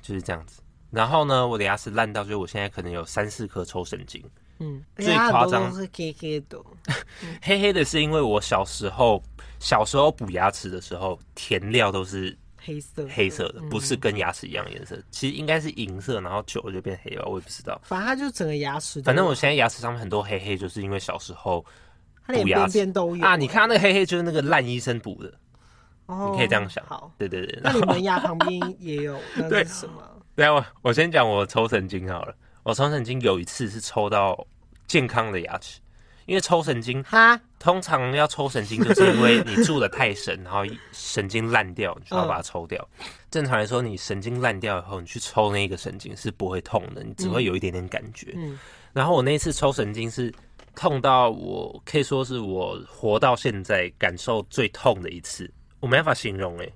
Speaker 2: 就是这样子。然后呢，我的牙齿烂到，就是我现在可能有三四颗抽神经，
Speaker 1: 嗯，
Speaker 2: 最夸
Speaker 1: 人
Speaker 2: 张
Speaker 1: 家很多都是 K K 的，
Speaker 2: 黑黑的是因为我小时候小时候补牙齿的时候，填料都是
Speaker 1: 黑色的
Speaker 2: 黑色的，不
Speaker 1: 嗯
Speaker 2: 是跟牙齿一样颜色，其实应该是银色，然后久了就变黑吧，我也不知道。
Speaker 1: 反正他就整个牙齿都，
Speaker 2: 反正我现在牙齿上面很多黑黑，就是因为小时候
Speaker 1: 他连
Speaker 2: 补牙
Speaker 1: 边
Speaker 2: 齿
Speaker 1: 边都有
Speaker 2: 啊，你，看那个黑黑就是那个烂医生补的，
Speaker 1: 哦
Speaker 2: 你可以这样想
Speaker 1: 好，，
Speaker 2: 对对对。
Speaker 1: 那你门牙旁边也有，那
Speaker 2: 对
Speaker 1: 是什么？
Speaker 2: 对啊，我我先讲我抽神经好了。我抽神经有一次是抽到健康的牙齿，因为抽神经
Speaker 1: 哈，
Speaker 2: 通常要抽神经，就是因为你住的太深，然后神经烂掉，你就要
Speaker 1: 嗯
Speaker 2: 把它抽掉。正常来说，你神经烂掉以后，你去抽那个神经是不会痛的，你只会有一点点感觉。
Speaker 1: 嗯
Speaker 2: 然后我那一次抽神经是痛到我可以说是我活到现在感受最痛的一次，我没办法形容哎、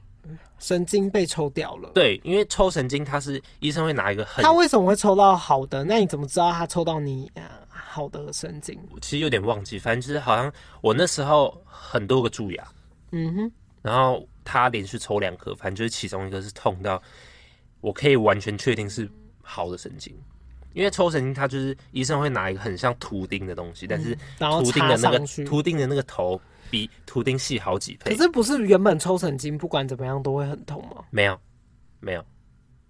Speaker 1: 神经被抽掉了。
Speaker 2: 对，因为抽神经，它是医生会拿一个很
Speaker 1: 他，为什么会抽到好的？那你怎么知道他抽到你、呃、好的神经？
Speaker 2: 其实有点忘记，反正就是好像我那时候很多个蛀牙，
Speaker 1: 嗯哼，
Speaker 2: 然后他连续抽两颗，反正就是其中一个是痛到我可以完全确定是好的神经，因为抽神经它就是医生会拿一个很像图钉的东西，但是
Speaker 1: 嗯然后
Speaker 2: 图钉
Speaker 1: 插
Speaker 2: 的那
Speaker 1: 上
Speaker 2: 个
Speaker 1: 去。
Speaker 2: 图钉的那个头比图钉细好几
Speaker 1: 可
Speaker 2: 倍，
Speaker 1: 是不是原本抽神经不管怎么样都会很痛吗？
Speaker 2: 没有没有，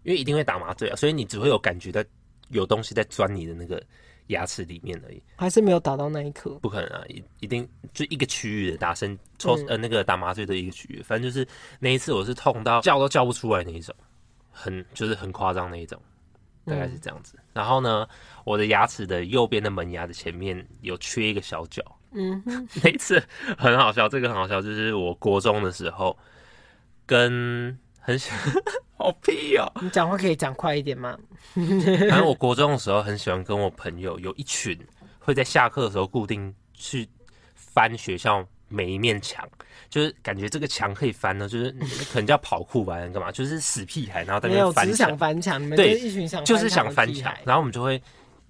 Speaker 2: 因为一定会打麻醉啊，所以你只会有感觉到有东西在钻你的那个牙齿里面而已。
Speaker 1: 还是没有打到那一刻？
Speaker 2: 不可能啊，一一定就一个区域的打针抽、
Speaker 1: 嗯
Speaker 2: 呃那个打麻醉的一个区域，反正就是那一次我是痛到叫都叫不出来那一种，很就是很夸张那一种，大概是这样子。然后呢，我的牙齿的右边的门牙的前面有缺一个小角，
Speaker 1: 嗯哼，
Speaker 2: 那一次很好笑，这个很好笑，就是我国中的时候跟很喜 好屁哦，
Speaker 1: 你讲话可以讲快一点吗？
Speaker 2: 反正我国中的时候很喜欢跟我朋友有一群会在下课的时候固定去翻学校每一面墙，就是感觉这个墙可以翻呢，就是可能叫跑酷吧，干嘛？就是死屁孩，然后在
Speaker 1: 没
Speaker 2: 那边
Speaker 1: 有，
Speaker 2: 翻
Speaker 1: 只是
Speaker 2: 墙
Speaker 1: 想翻墙，你们就
Speaker 2: 对
Speaker 1: 是一群想
Speaker 2: 就是想
Speaker 1: 翻
Speaker 2: 翻
Speaker 1: 墙
Speaker 2: 墙
Speaker 1: 的屁，孩。
Speaker 2: 然后我们就会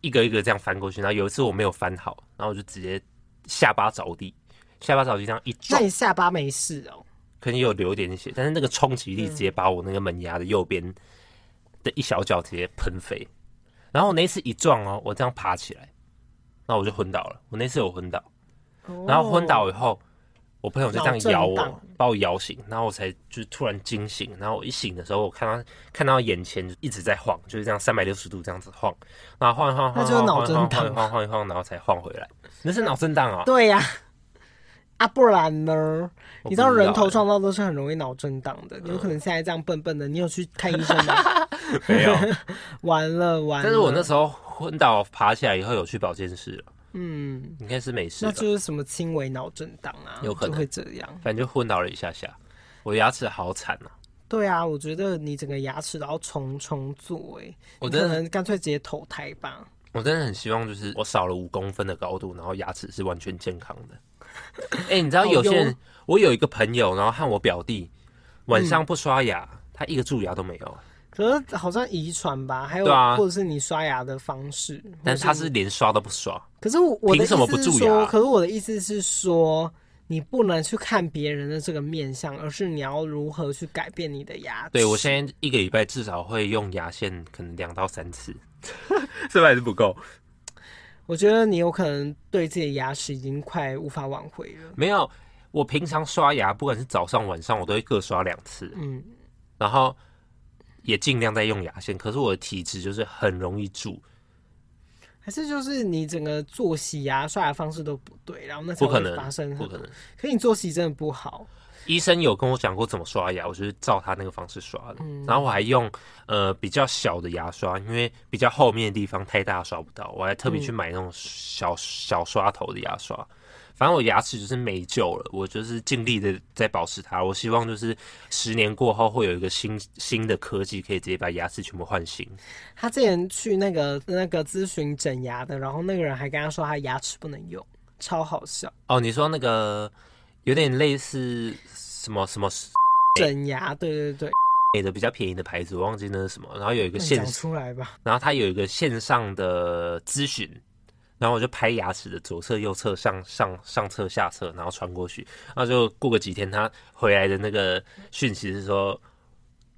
Speaker 2: 一个一个这样翻过去。然后有一次我没有翻好，然后我就直接下巴着地，下巴着地这样一
Speaker 1: 那
Speaker 2: 撞
Speaker 1: 你，下巴没事哦、
Speaker 2: 可能有流一点血，但是那个冲击
Speaker 1: 嗯
Speaker 2: 力直接把我那个门牙的右边的一小角直接喷飞。然后我那一次一撞哦，我这样爬起来，那我就昏倒了。我那次有昏倒，然后昏倒以后，我朋友就这样摇
Speaker 1: 哦脑震荡
Speaker 2: 我，把我摇醒，然后我才就突然惊醒。然后我一醒的时候，我看到看到眼前就一直在晃，就是这样三百六十度这样子晃，然后晃一晃
Speaker 1: 那
Speaker 2: 晃一
Speaker 1: 就是
Speaker 2: 晃
Speaker 1: 脑
Speaker 2: 晃一
Speaker 1: 震
Speaker 2: 晃
Speaker 1: 荡
Speaker 2: 晃一晃晃一晃，然后才晃回来。那是脑震荡啊！
Speaker 1: 对呀、啊，不然呢？
Speaker 2: 我
Speaker 1: 你知道
Speaker 2: 不知道嗯
Speaker 1: 人头
Speaker 2: 欸
Speaker 1: 撞到都是很容易脑震荡的，有可能现在这样笨笨的，你有去看医生吗？
Speaker 2: 没有，
Speaker 1: 完了完了，
Speaker 2: 但是我那时候昏倒爬起来以后有去保健室了，
Speaker 1: 嗯，
Speaker 2: 应该是没事
Speaker 1: 那
Speaker 2: 吧？
Speaker 1: 就是什么轻微脑震荡啊，
Speaker 2: 有可能
Speaker 1: 就会这样。
Speaker 2: 反正就昏倒了一下下，我牙齿好惨啊！
Speaker 1: 对啊，我觉得你整个牙齿都要重重做、欸，
Speaker 2: 我
Speaker 1: 你可
Speaker 2: 真的
Speaker 1: 能干脆直接投胎吧。
Speaker 2: 我真的很希望就是我少了五公分的高度，然后牙齿是完全健康 的。哎、你知道有些
Speaker 1: 好
Speaker 2: 人，我有一个朋友，然后和我表弟晚上不刷牙，他一个蛀牙都没有，
Speaker 1: 可是好像遗传吧，还有、
Speaker 2: 对啊
Speaker 1: 或者是你刷牙的方式，
Speaker 2: 但
Speaker 1: 或
Speaker 2: 是他是连刷都不刷。
Speaker 1: 可是我我的意
Speaker 2: 凭什么不
Speaker 1: 思是
Speaker 2: 蛀牙
Speaker 1: 说，可是我的意思是说，你不能去看别人的这个面相，而是你要如何去改变你的牙齿。
Speaker 2: 对我现在一个礼拜至少会用牙线，可能两到三 次，是不是还是不够？
Speaker 1: 我觉得你有可能对自己的牙齿已经快无法挽回了。
Speaker 2: 没有，我平常刷牙，不管是早上晚上，我都会各刷两次，
Speaker 1: 嗯，
Speaker 2: 然后也尽量在用牙线。可是我的体质就是很容易蛀，
Speaker 1: 还是就是你整个作息啊、刷牙方式都不对，然后那才
Speaker 2: 不可
Speaker 1: 会发
Speaker 2: 能
Speaker 1: 生，很。
Speaker 2: 不可能。
Speaker 1: 可你作息真的不好，
Speaker 2: 医生有跟我讲过怎么刷牙，我就是照他那个方式刷的。然后我还用呃比较小的牙刷，因为比较后面的地方太大刷不到，我还特别去买那种小、小刷头的牙刷。反正我牙齿就是没救了，我就是尽力的在保持它。我希望就是十年过后会有一个新新的科技，可以直接把牙齿全部换新。
Speaker 1: 他之前去那个那个咨询整牙的，然后那个人还跟他说他牙齿不能用，超好笑。
Speaker 2: 哦，你说那个有点类似什么什么
Speaker 1: 整牙，对对对，
Speaker 2: 美的比较便宜的牌子，我忘记那是什么。然后有一个
Speaker 1: 能
Speaker 2: 线
Speaker 1: 讲出来吧。
Speaker 2: 然后他有一个线上的咨询，然后我就拍牙齿的左侧、右侧、上上上侧、下侧，然后传过去。然后就过个几天，他回来的那个讯息是说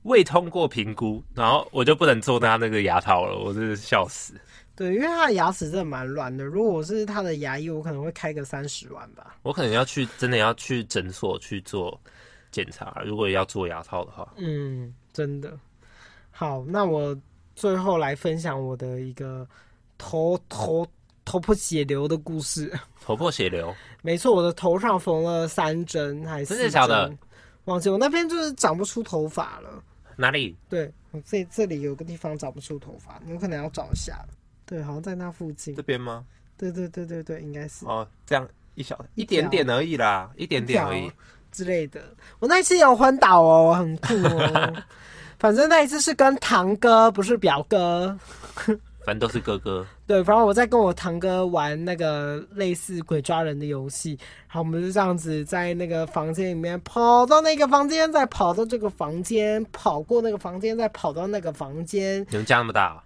Speaker 2: 未通过评估，然后我就不能做他那个牙套了，我真的是笑死。
Speaker 1: 对，因为他的牙齿真的蛮乱的。如果我是他的牙医，我可能会开个三十万吧。
Speaker 2: 我可能要去真的要去诊所去做检查，如果要做牙套的话，
Speaker 1: 嗯，真的。好，那我最后来分享我的一个头头头破血流的故事。
Speaker 2: 头破血流，
Speaker 1: 没错，我的头上缝了三针还是
Speaker 2: 真的
Speaker 1: 四
Speaker 2: 假的
Speaker 1: 针？忘记我那边就是长不出头发了。
Speaker 2: 哪里？
Speaker 1: 对，我这这里有个地方长不出头发，有可能要找一下。对，好像在那附近。
Speaker 2: 边吗？
Speaker 1: 对对对对对，应该是。
Speaker 2: 哦，这样一小
Speaker 1: 一点点
Speaker 2: 而已啦，一点
Speaker 1: 点而已。之类的。我那一次有昏倒哦，很酷哦。反正那一次是跟堂哥，不是表哥。
Speaker 2: 反正都是哥哥。
Speaker 1: 对，反正我在跟我堂哥玩那个类似鬼抓人的游戏，然后我们就这样子在那个房间里面跑到那个房间，再跑到这个房间，跑过那个房间，再跑到那个房间。
Speaker 2: 你们家那么大、啊，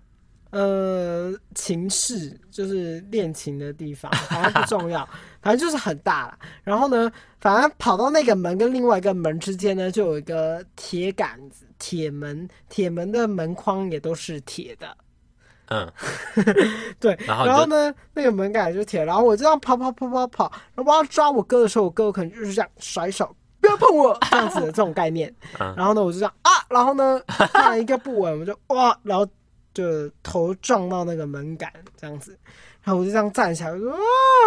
Speaker 1: 呃，情室就是恋情的地方，反正不重要，反正就是很大啦。然后呢，反正跑到那个门跟另外一个门之间呢，就有一个铁杆子、铁门，铁门的门框也都是铁的。
Speaker 2: 嗯，
Speaker 1: 对，
Speaker 2: 然后你就
Speaker 1: 然后呢，那个门杆就铁，然后我就这样跑跑跑跑跑，然后我要抓我哥的时候，我哥可能就是这样甩手，不要碰我这样子的这种概念。
Speaker 2: 嗯
Speaker 1: 然后呢，我就这样啊，然后呢，看了一个不稳，我就哇，然后就头撞到那个门杆这样子，然后我就这样站起来，我说啊，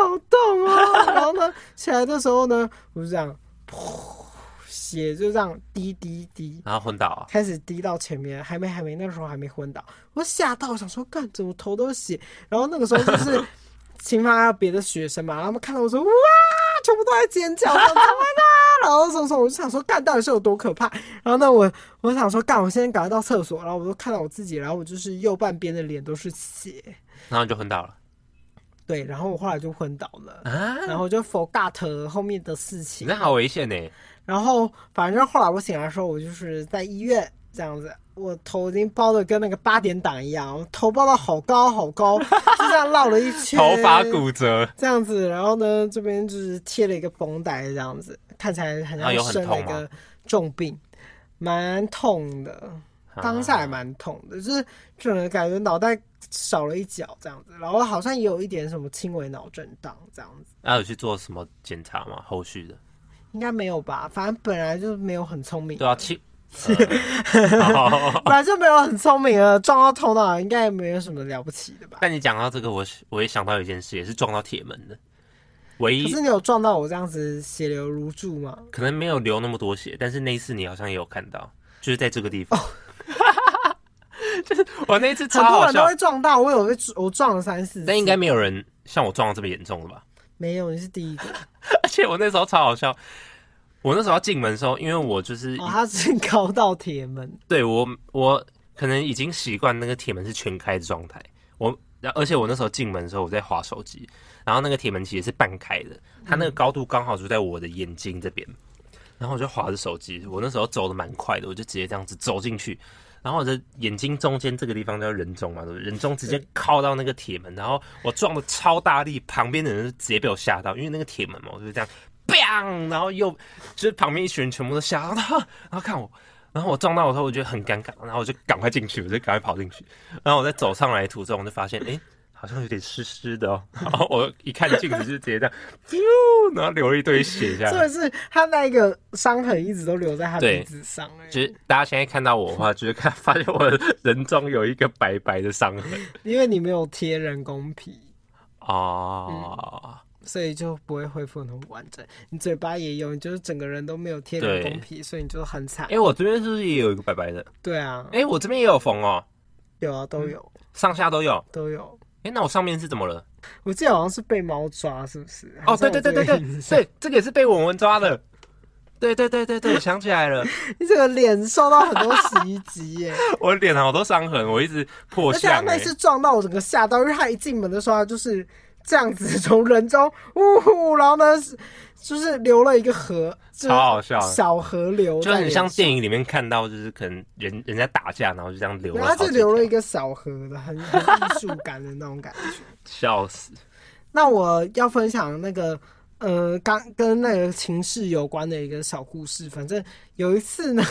Speaker 1: 好痛啊！然后呢，起来的时候呢，我就这样，噗，血就这样滴滴滴。
Speaker 2: 然后昏倒、啊，
Speaker 1: 开始滴到前面，还没还没，那时候还没昏倒，我吓到，想说干怎么头都是血，然后那个时候就是 秦发还有别的学生嘛，然后他们看到我说哇，全部都在尖叫，说怎么啦？然后什么什么，我就想说干到底是有多可怕，然后呢我我想说干，我现在赶快到厕所，然后我就看到我自己，然后我就是右半边的脸都是血，
Speaker 2: 然后你就昏倒了
Speaker 1: 对，然后我后来就昏倒了。
Speaker 2: 啊！
Speaker 1: 然后就 forgot 后面的事
Speaker 2: 你
Speaker 1: 情，
Speaker 2: 那好危险呢、
Speaker 1: 然后反正后来我醒来的时候，我就是在医院这样子，我头已经包的跟那个八点档一样，头包的好高好高，就这样绕了一圈，
Speaker 2: 头发骨折，
Speaker 1: 这样子，然后呢这边就是贴了一个绷带这样子，看起来很
Speaker 2: 啊有
Speaker 1: 像
Speaker 2: 很
Speaker 1: 生了一
Speaker 2: 痛吗
Speaker 1: 个重病，蛮痛的。
Speaker 2: 啊
Speaker 1: 当下还蛮痛的，就是这种感觉脑袋少了一角这样子，然后好像也有一点什么轻微脑震荡这样子，
Speaker 2: 啊，有去做什么检查吗？后续的？
Speaker 1: 应该没有吧？反正本来就没有很聪明，
Speaker 2: 对 啊，其、呃好
Speaker 1: 本来就没有很聪明啊，撞到头脑应该也没有什么了不起的吧？
Speaker 2: 但你讲到这个，我是我也想到一件事，也是撞到铁门的，唯
Speaker 1: 可
Speaker 2: 一
Speaker 1: 是你有撞到我这样子血流如注吗？
Speaker 2: 可能没有流那么多血，但是那一次你好像也有看到，就是在这个地方。 就是我那一次超
Speaker 1: 哦很多
Speaker 2: 好
Speaker 1: 人都
Speaker 2: 笑
Speaker 1: 会，撞到，我有被我撞了三四次，
Speaker 2: 但应该没有人像我撞的这么严重了吧？
Speaker 1: 没有，你是第一个。
Speaker 2: 而且我那时候超好笑，我那时候要进门的时候，因为我就是、
Speaker 1: 哦，他是高到铁门，
Speaker 2: 对我我可能已经习惯那个铁门是全开的状态，我然后而且我那时候进门的时候我在划手机，然后那个铁门其实是半开的，它那个高度刚好就在我的眼睛这边，然后我就划着手机，我那时候走的蛮快的，我就直接这样子走进去。然后我的眼睛中间这个地方叫人中嘛，对不对？人中直接靠到那个铁门，然后我撞的超大力，旁边的人就直接被我吓到，因为那个铁门嘛，我就这样 bang，然后又就是旁边一群人全部都吓到，然后然后看我，然后我撞到的时候，我觉得很尴尬，然后我就赶快进去，我就赶快跑进去。然后我在走上来的途中，我就发现，哎，好像有点湿湿的哦。然后我一看镜子，就直接这样，啾，然后流了一堆血下
Speaker 1: 这
Speaker 2: 来。
Speaker 1: 个是他那个伤痕一直都留在他
Speaker 2: 对
Speaker 1: 鼻子上、哎
Speaker 2: 就是大家现在看到我的话，就是看发现我的人中有一个白白的伤痕
Speaker 1: 因为你没有贴人工皮，
Speaker 2: 哦，
Speaker 1: 所以就不会恢复得很完整。你嘴巴也有，你就是整个人都没有贴人工皮，所以你就很惨
Speaker 2: 哎、。我这边是不是也有一个白白的？
Speaker 1: 对啊，
Speaker 2: 哎、我这边也有缝哦，
Speaker 1: 有啊，都有，
Speaker 2: 上下都有。
Speaker 1: 都有。
Speaker 2: 哎、那我上面是怎么了？
Speaker 1: 我记得好像是被猫抓，是不是？好
Speaker 2: 哦，
Speaker 1: 像
Speaker 2: 对
Speaker 1: 有
Speaker 2: 对对对
Speaker 1: 这个
Speaker 2: 对
Speaker 1: 印象
Speaker 2: 对，这个也是被文文抓的。对对对对对，想起来 了。
Speaker 1: 你这个脸受到很多袭击耶，
Speaker 2: 我脸好多伤痕， 我一直破
Speaker 1: 而且他
Speaker 2: 相、
Speaker 1: 那
Speaker 2: 欸。
Speaker 1: 次撞到我整个吓到，因为他一进门的时候，他就是这样子从人中呜呼，然后呢，就是流了一个河，就是
Speaker 2: 超好笑的
Speaker 1: 小河流
Speaker 2: 就
Speaker 1: 在
Speaker 2: 很
Speaker 1: 脸
Speaker 2: 像
Speaker 1: 上，
Speaker 2: 电影里面看到，就是可能人人家打架，然后就这样流
Speaker 1: 然后
Speaker 2: 了好
Speaker 1: 他
Speaker 2: 几条，
Speaker 1: 就流了一个小河的，很 很艺术感的那种感觉。
Speaker 2: 笑死。
Speaker 1: 那我要分享那个呃，刚跟那个情事有关的一个小故事。反正有一次呢，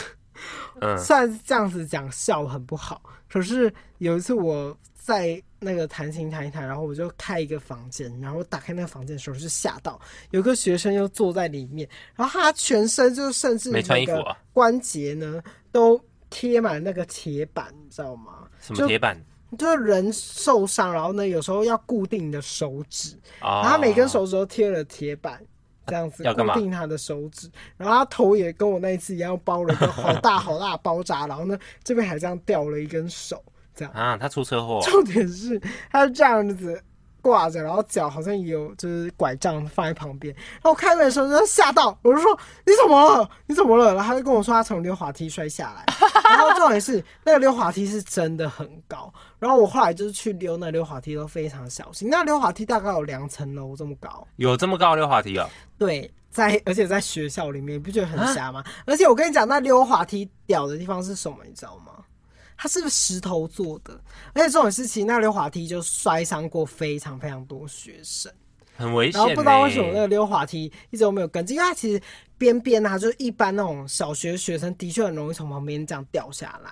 Speaker 2: 嗯，
Speaker 1: 虽然是这样子讲笑很不好，可是有一次我在那个弹琴弹一弹，然后我就开一个房间，然后我打开那个房间的时候就吓到，有个学生又坐在里面，然后他全身就甚至
Speaker 2: 没穿衣服
Speaker 1: 那个
Speaker 2: 啊
Speaker 1: 关节呢都贴满那个铁板，你知道吗？
Speaker 2: 什么铁板
Speaker 1: 就是人受伤，然后呢有时候要固定你的手指，然
Speaker 2: 啊？
Speaker 1: 后他每根手指都贴了铁板，这样子
Speaker 2: 要
Speaker 1: 固
Speaker 2: 干嘛
Speaker 1: 定他的手指。然后他头也跟我那一次一样包了一个好大好大的包扎，然后呢这边还这样掉了一根手，这样。
Speaker 2: 啊，他出车祸，
Speaker 1: 重点是他是这样子挂着，然后脚好像也有就是拐杖放在旁边。然后我开门的时候就吓到，我就说你怎么了？你怎么了？然后他就跟我说他从溜滑梯摔下来。 然后重点是那个溜滑梯是真的很高，然后我后来就是去溜那溜滑梯都非常小心，那溜滑梯大概有两层楼这么高。
Speaker 2: 有这么高的溜滑梯哦？
Speaker 1: 对，在而且在学校里面，你不觉得
Speaker 2: 啊
Speaker 1: 很瞎吗？而且我跟你讲，那溜滑梯屌的地方是什么，你知道吗？它是石头做的，而且这种事情，那溜滑梯就摔伤过非常非常多学生。
Speaker 2: 很危险欸
Speaker 1: 然
Speaker 2: 呢、
Speaker 1: 后不知道为什么那个溜滑梯一直都没有跟进，因为它其实边边啊，就是一般那种小学学生的确很容易从旁边这样掉下来，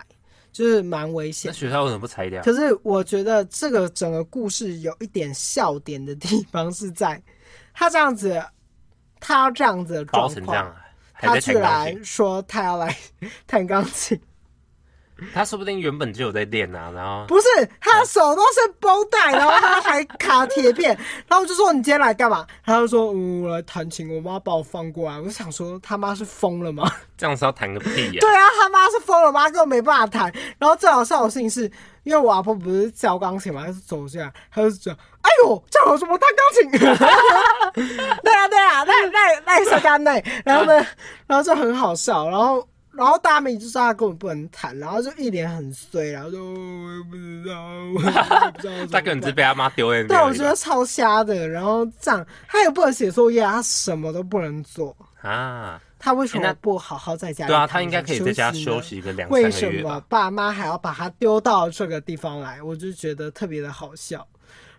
Speaker 1: 就是蛮危
Speaker 2: 那
Speaker 1: 险的。
Speaker 2: 学校为什么不拆掉？
Speaker 1: 可是我觉得这个整个故事有一点笑点的地方是在他这样子，他这样子的
Speaker 2: 包
Speaker 1: 状
Speaker 2: 成这样
Speaker 1: 况，
Speaker 2: 啊，还
Speaker 1: 他
Speaker 2: 在
Speaker 1: 居
Speaker 2: 弹钢
Speaker 1: 然
Speaker 2: 琴。
Speaker 1: 说他要来 弹钢琴，
Speaker 2: 他说不定原本就有在练啊，然后
Speaker 1: 不是他的手都是绷带，然后他还卡铁片，然后我就说你今天来干嘛？他就说嗯，我来弹琴，我妈把我放过来。我就想说他妈是疯了吗？
Speaker 2: 这样是要弹个屁呀、
Speaker 1: 对啊，他妈是疯了吗？根本没办法弹。然后最好笑的事情是，因为我阿婆不是教钢琴嘛，她是走下来，她就讲：“哎呦，叫我怎么弹钢琴？” 对啊，对啊，那那那也是干内。然 后呢，然后就很好笑。然后然后大明就知道他根本不能弹，然后就一脸很衰，然后就哦我也不知道，我也不知道怎么办。
Speaker 2: 大哥，你是被他妈丢在那边
Speaker 1: 对，
Speaker 2: 而已吧。
Speaker 1: 我觉得超瞎的。然后这样，他也不能写作业啊，他什么都不能做。
Speaker 2: 啊，
Speaker 1: 他为什
Speaker 2: 欸
Speaker 1: 么
Speaker 2: 那
Speaker 1: 不好好在家里
Speaker 2: 对啊，
Speaker 1: 躺着呢？
Speaker 2: 他应该可以在家休
Speaker 1: 息呢。
Speaker 2: 息个两
Speaker 1: 为
Speaker 2: 三个
Speaker 1: 什
Speaker 2: 月
Speaker 1: 么
Speaker 2: 吧。
Speaker 1: 爸妈还要把他丢到这个地方来？我就觉得特别的好笑。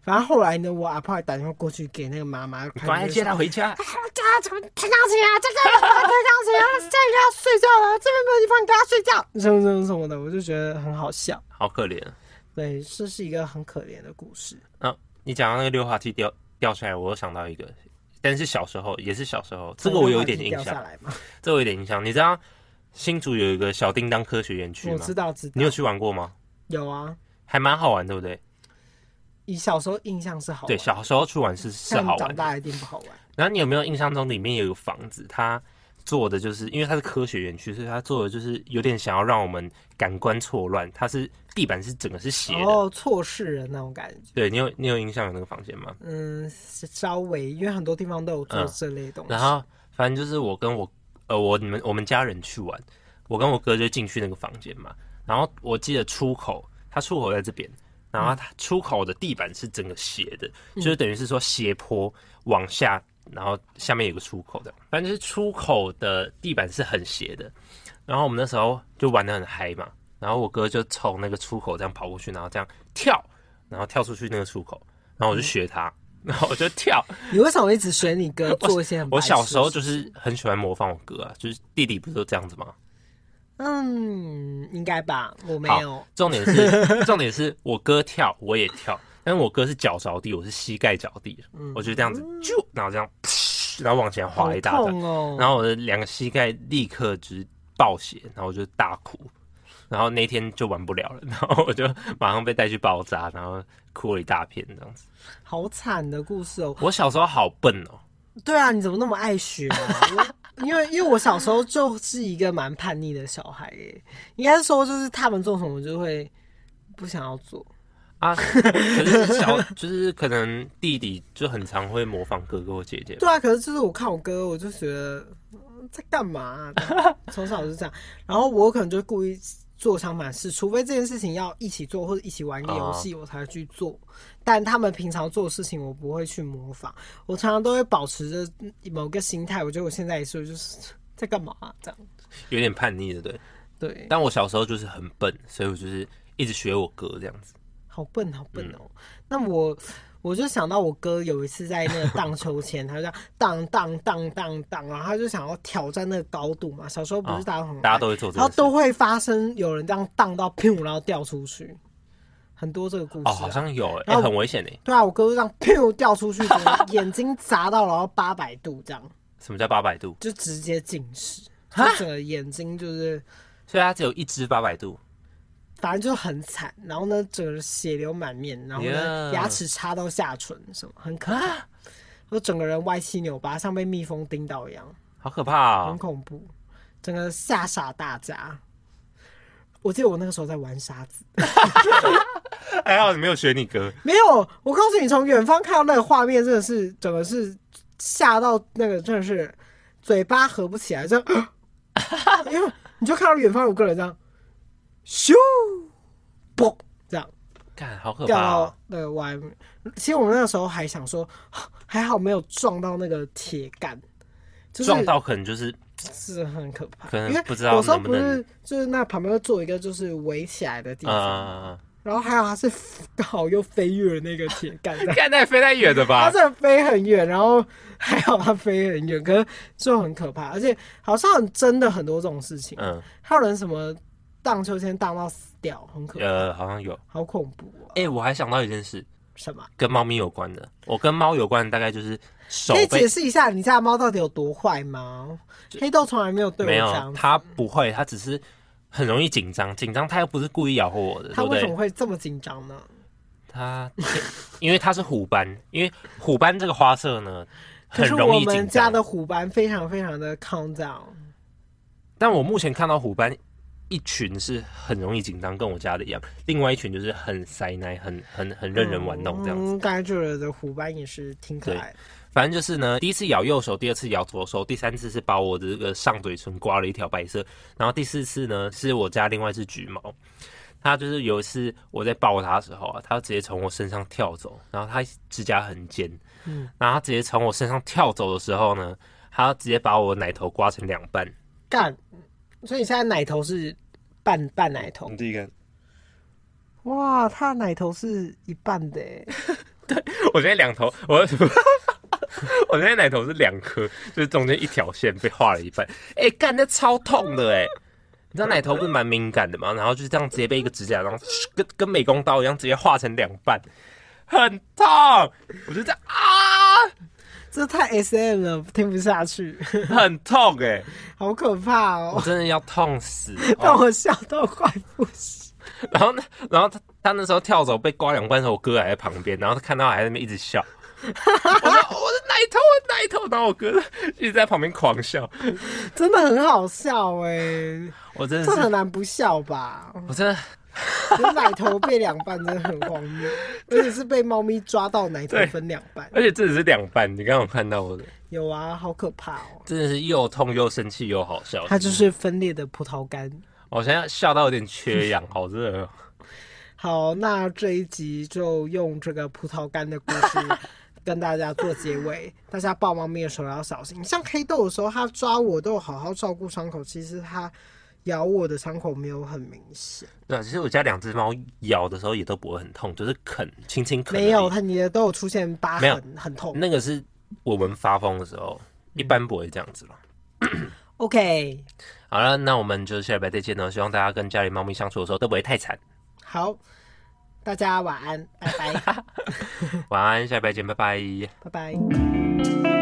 Speaker 1: 反正后来呢，我阿婆还打电话过去给那个妈妈，
Speaker 2: 赶快哎接他回家。
Speaker 1: 哎这怎么弹钢琴啊？这个弹钢琴啊，这个要睡觉了，这边没有地方给他睡觉，什么什么什么的，我就觉得很好笑。
Speaker 2: 好可怜。
Speaker 1: 对，这是一个很可怜的故事。
Speaker 2: 啊，你讲到那个溜滑梯掉掉下来，我又想到一个，但是小时候也是小时候，这个我有一点
Speaker 1: 从
Speaker 2: 印
Speaker 1: 天花板掉下
Speaker 2: 象，
Speaker 1: 来嘛，
Speaker 2: 这个我有点印象。你知道新竹有一个小叮当科学园区
Speaker 1: 我
Speaker 2: 吗
Speaker 1: 知？道，知道，
Speaker 2: 你有去玩过吗？
Speaker 1: 有啊。
Speaker 2: 还蛮好玩，对不对？
Speaker 1: 以小时候印象是好玩，
Speaker 2: 对，小时候去玩是是
Speaker 1: 但
Speaker 2: 好玩
Speaker 1: 长
Speaker 2: 的。
Speaker 1: 大一定不好玩。
Speaker 2: 然后你有没有印象中里面有一个房子，它做的就是因为它是科学园区，所以它做的就是有点想要让我们感官错乱。它是地板是整个是斜的，
Speaker 1: 哦，错视人那种感觉。
Speaker 2: 对你有你有印象有那个房间吗？
Speaker 1: 嗯，稍微，因为很多地方都有做
Speaker 2: 嗯
Speaker 1: 这类东西。
Speaker 2: 然后反正就是我跟我呃我你们我们家人去玩，我跟我哥就进去那个房间嘛。然后我记得出口，它出口在这边，然后它出口的地板是整个斜的，
Speaker 1: 嗯
Speaker 2: 就是等于是说斜坡往下，然后下面有个出口的，反正就是出口的地板是很斜的。然后我们那时候就玩的很嗨嘛，然后我哥就从那个出口这样跑过去，然后这样跳，然后跳出去那个出口，然后我就学他，然后我就跳，
Speaker 1: 你为什么一直学你哥做一些很
Speaker 2: 我
Speaker 1: 白痴的
Speaker 2: 小时候
Speaker 1: 事
Speaker 2: 就是很喜欢模仿我哥啊，就是弟弟不是都这样子吗？
Speaker 1: 嗯，应该吧？我没有
Speaker 2: 好，重 点是重点是我哥跳我也跳，但是我哥是脚着地，我是膝盖着地，我就这样子就然后这样，然后往前
Speaker 1: 嗯好
Speaker 2: 滑一大段，
Speaker 1: 痛哦。
Speaker 2: 然后我的两个膝盖立刻就是爆血，然后我就大哭，然后那天就玩不了了， 然后我就马上被带去包扎，然后哭了一大片这样子。
Speaker 1: 好惨的故事哦。
Speaker 2: 我小时候好笨哦，
Speaker 1: 对啊，你怎么那么爱学 啊？我因为因为我小时候就是一个蛮叛逆的小孩耶，应该说就是他们做什么我就会不想要做。
Speaker 2: 啊，可是 小就是可能弟弟就很常会模仿哥哥或姐姐吧。
Speaker 1: 对啊，可是就是我看我哥，我就觉得嗯在干嘛啊、这样从小就这样，然后我可能就故意做相反事，除非这件事情要一起做或者一起玩一个游
Speaker 2: 啊
Speaker 1: 戏，我才会去做。但他们平常做的事情，我不会去模仿，我常常都会保持着某个心态。我觉得我现在也是，我就是在干嘛啊、这样。
Speaker 2: 有点叛逆的，对。
Speaker 1: 对，
Speaker 2: 但我小时候就是很笨，所以我就是一直学我哥这样子。
Speaker 1: 好笨，好笨
Speaker 2: 嗯
Speaker 1: 哦。那我我就想到我哥有一次在那个荡秋千，他就这样荡荡荡荡荡，然后他就想要挑战那个高度嘛。小时候不是大家都很、
Speaker 2: 啊大家都会做这
Speaker 1: 然
Speaker 2: 个
Speaker 1: 后
Speaker 2: 事。
Speaker 1: 都会发生有人这样荡到砰，然后掉出去，很多这个故事、啊。
Speaker 2: 哦，好像有、欸，哎、
Speaker 1: 然后
Speaker 2: 很危险哎、
Speaker 1: 对啊，我哥就这样砰掉出 去，整个眼睛砸到，然后八百度这样，
Speaker 2: 什么叫八百度？
Speaker 1: 就直接近视，就整个眼睛就是。
Speaker 2: 所以它只有一只八百度，
Speaker 1: 反正就很惨，然后呢，整个血流满面，然后呢
Speaker 2: Yeah
Speaker 1: 牙齿插到下唇，什么很可怕，我整个人歪七扭八，像被蜜蜂叮到一样。
Speaker 2: 好可怕
Speaker 1: 很
Speaker 2: 哦！
Speaker 1: 恐怖，整个吓傻大家。我记得我那个时候在玩沙子，
Speaker 2: 还好你没有学你哥，
Speaker 1: 没有，我告诉你，从远方看到那个画面，真的是整个是吓到那个，真的是嘴巴合不起来，这 因为你就看到远方有个人这样，咻，嘣，这样
Speaker 2: 看好可
Speaker 1: 掉
Speaker 2: 怕、
Speaker 1: 到
Speaker 2: 哦。
Speaker 1: 那个外面。其实我们那时候还想说， 啊还好没有撞到那个铁杆，就是
Speaker 2: 撞到可能就是
Speaker 1: 是很可怕，
Speaker 2: 可能
Speaker 1: 因为
Speaker 2: 不知道
Speaker 1: 有时候
Speaker 2: 能不
Speaker 1: 不
Speaker 2: 能
Speaker 1: 是就是那旁边会做一个就是围起来的地方，
Speaker 2: 呃，
Speaker 1: 然后还有它是 刚好又飞跃了那个铁杆，这样
Speaker 2: 看那也飞太远了
Speaker 1: 它
Speaker 2: 吧？
Speaker 1: 真的飞很远，然后还好它飞很远，可是就很可怕，而且好像很真的很多这种事情，
Speaker 2: 嗯，
Speaker 1: 还有人什么荡秋千荡到死掉，很可怕，
Speaker 2: 呃，好像有。
Speaker 1: 好恐怖、哦。
Speaker 2: 哎、我还想到一件事，
Speaker 1: 什么？
Speaker 2: 跟猫咪有关的。我跟猫有关的大概就是手
Speaker 1: 可以
Speaker 2: 被
Speaker 1: 解释一下你家的猫到底有多坏吗？黑豆从来没有对我
Speaker 2: 没
Speaker 1: 这
Speaker 2: 有，
Speaker 1: 样，
Speaker 2: 它不会，它只是很容易紧张，紧张它又不是故意咬我的，
Speaker 1: 它
Speaker 2: 对不
Speaker 1: 为什么
Speaker 2: 对？
Speaker 1: 会这么紧张呢？
Speaker 2: 它因为它是虎斑，因为虎斑这个花色呢
Speaker 1: 可
Speaker 2: 很
Speaker 1: 是
Speaker 2: 容
Speaker 1: 我
Speaker 2: 易紧
Speaker 1: 们家
Speaker 2: 张。
Speaker 1: 的虎斑非常非常的 calm down，
Speaker 2: 但我目前看到虎斑一群是很容易紧张，跟我家的一样；另外一群就是很塞奶，很很很任人玩弄这样子。
Speaker 1: 嗯，感觉我的虎斑也是挺可爱的。
Speaker 2: 反正就是呢，第一次咬右手，第二次咬左手，第三次是把我的这个上嘴唇刮了一条白色，然后第四次呢是我家另外一只橘猫，它就是有一次我在抱它的时候啊，它直接从我身上跳走，然后它指甲很尖，嗯，然后它直接从我身上跳走的时候呢，它直接把我奶头刮成两半，
Speaker 1: 干，所以你现在奶头是半半奶头，
Speaker 2: 这个，
Speaker 1: 哇，它的奶头是一半的欸耶，
Speaker 2: 我现在两头，我我现在奶头是两颗，就是中间一条线被划了一半，哎、干那超痛的哎、你知道奶头不是蛮敏感的嘛，然后就是这样直接被一个指甲，然后跟跟美工刀一样直接划成两半，很痛，我就这样啊，
Speaker 1: 这太 S M 了，听不下去，
Speaker 2: 很痛哎、
Speaker 1: 好可怕
Speaker 2: 我
Speaker 1: 哦，
Speaker 2: 真的要痛死。
Speaker 1: 让我笑到快不行。
Speaker 2: 然后呢，然后他他那时候跳走被刮两半的时候，我哥还在旁边，然后他看到还在那边一直笑。我说我的奶头，我的奶头，然后我哥一直在旁边狂笑，
Speaker 1: 真的很好笑哎、
Speaker 2: 我真的
Speaker 1: 这
Speaker 2: 是
Speaker 1: 很难不笑吧？
Speaker 2: 我真的
Speaker 1: 可是奶头被两半真的很荒 谬，而且是被猫咪抓到奶头
Speaker 2: 对
Speaker 1: 分两半，
Speaker 2: 而且这只是两半，你刚刚有看到我的，
Speaker 1: 有啊，好可怕哦。
Speaker 2: 真的是又痛又生气又好笑。
Speaker 1: 它就是分裂的葡萄干。
Speaker 2: 我现在笑到有点 缺氧，好热哦。
Speaker 1: 好，那这一集就用这个葡萄干的故 事跟大家做结尾。大家抱猫咪的时候要小心，像黑豆的时候，它抓我都有好好照顾伤口，其实它咬我的伤口没有很明显，
Speaker 2: 对啊，其实我家两只猫咬的时候也都不会很痛，就是啃，轻轻啃而已。
Speaker 1: 没有它你的都有出现疤
Speaker 2: 没有
Speaker 1: 痕，很痛。
Speaker 2: 那个是我们发疯的时候，一般不会这样子了。
Speaker 1: OK，
Speaker 2: 好了，那我们就下礼拜再见哦了。希望大家跟家里猫咪相处的时候都不会太惨。
Speaker 1: 好，大 家晚安，拜拜，嗯
Speaker 2: 晚安，下礼拜见，拜拜。
Speaker 1: 拜拜。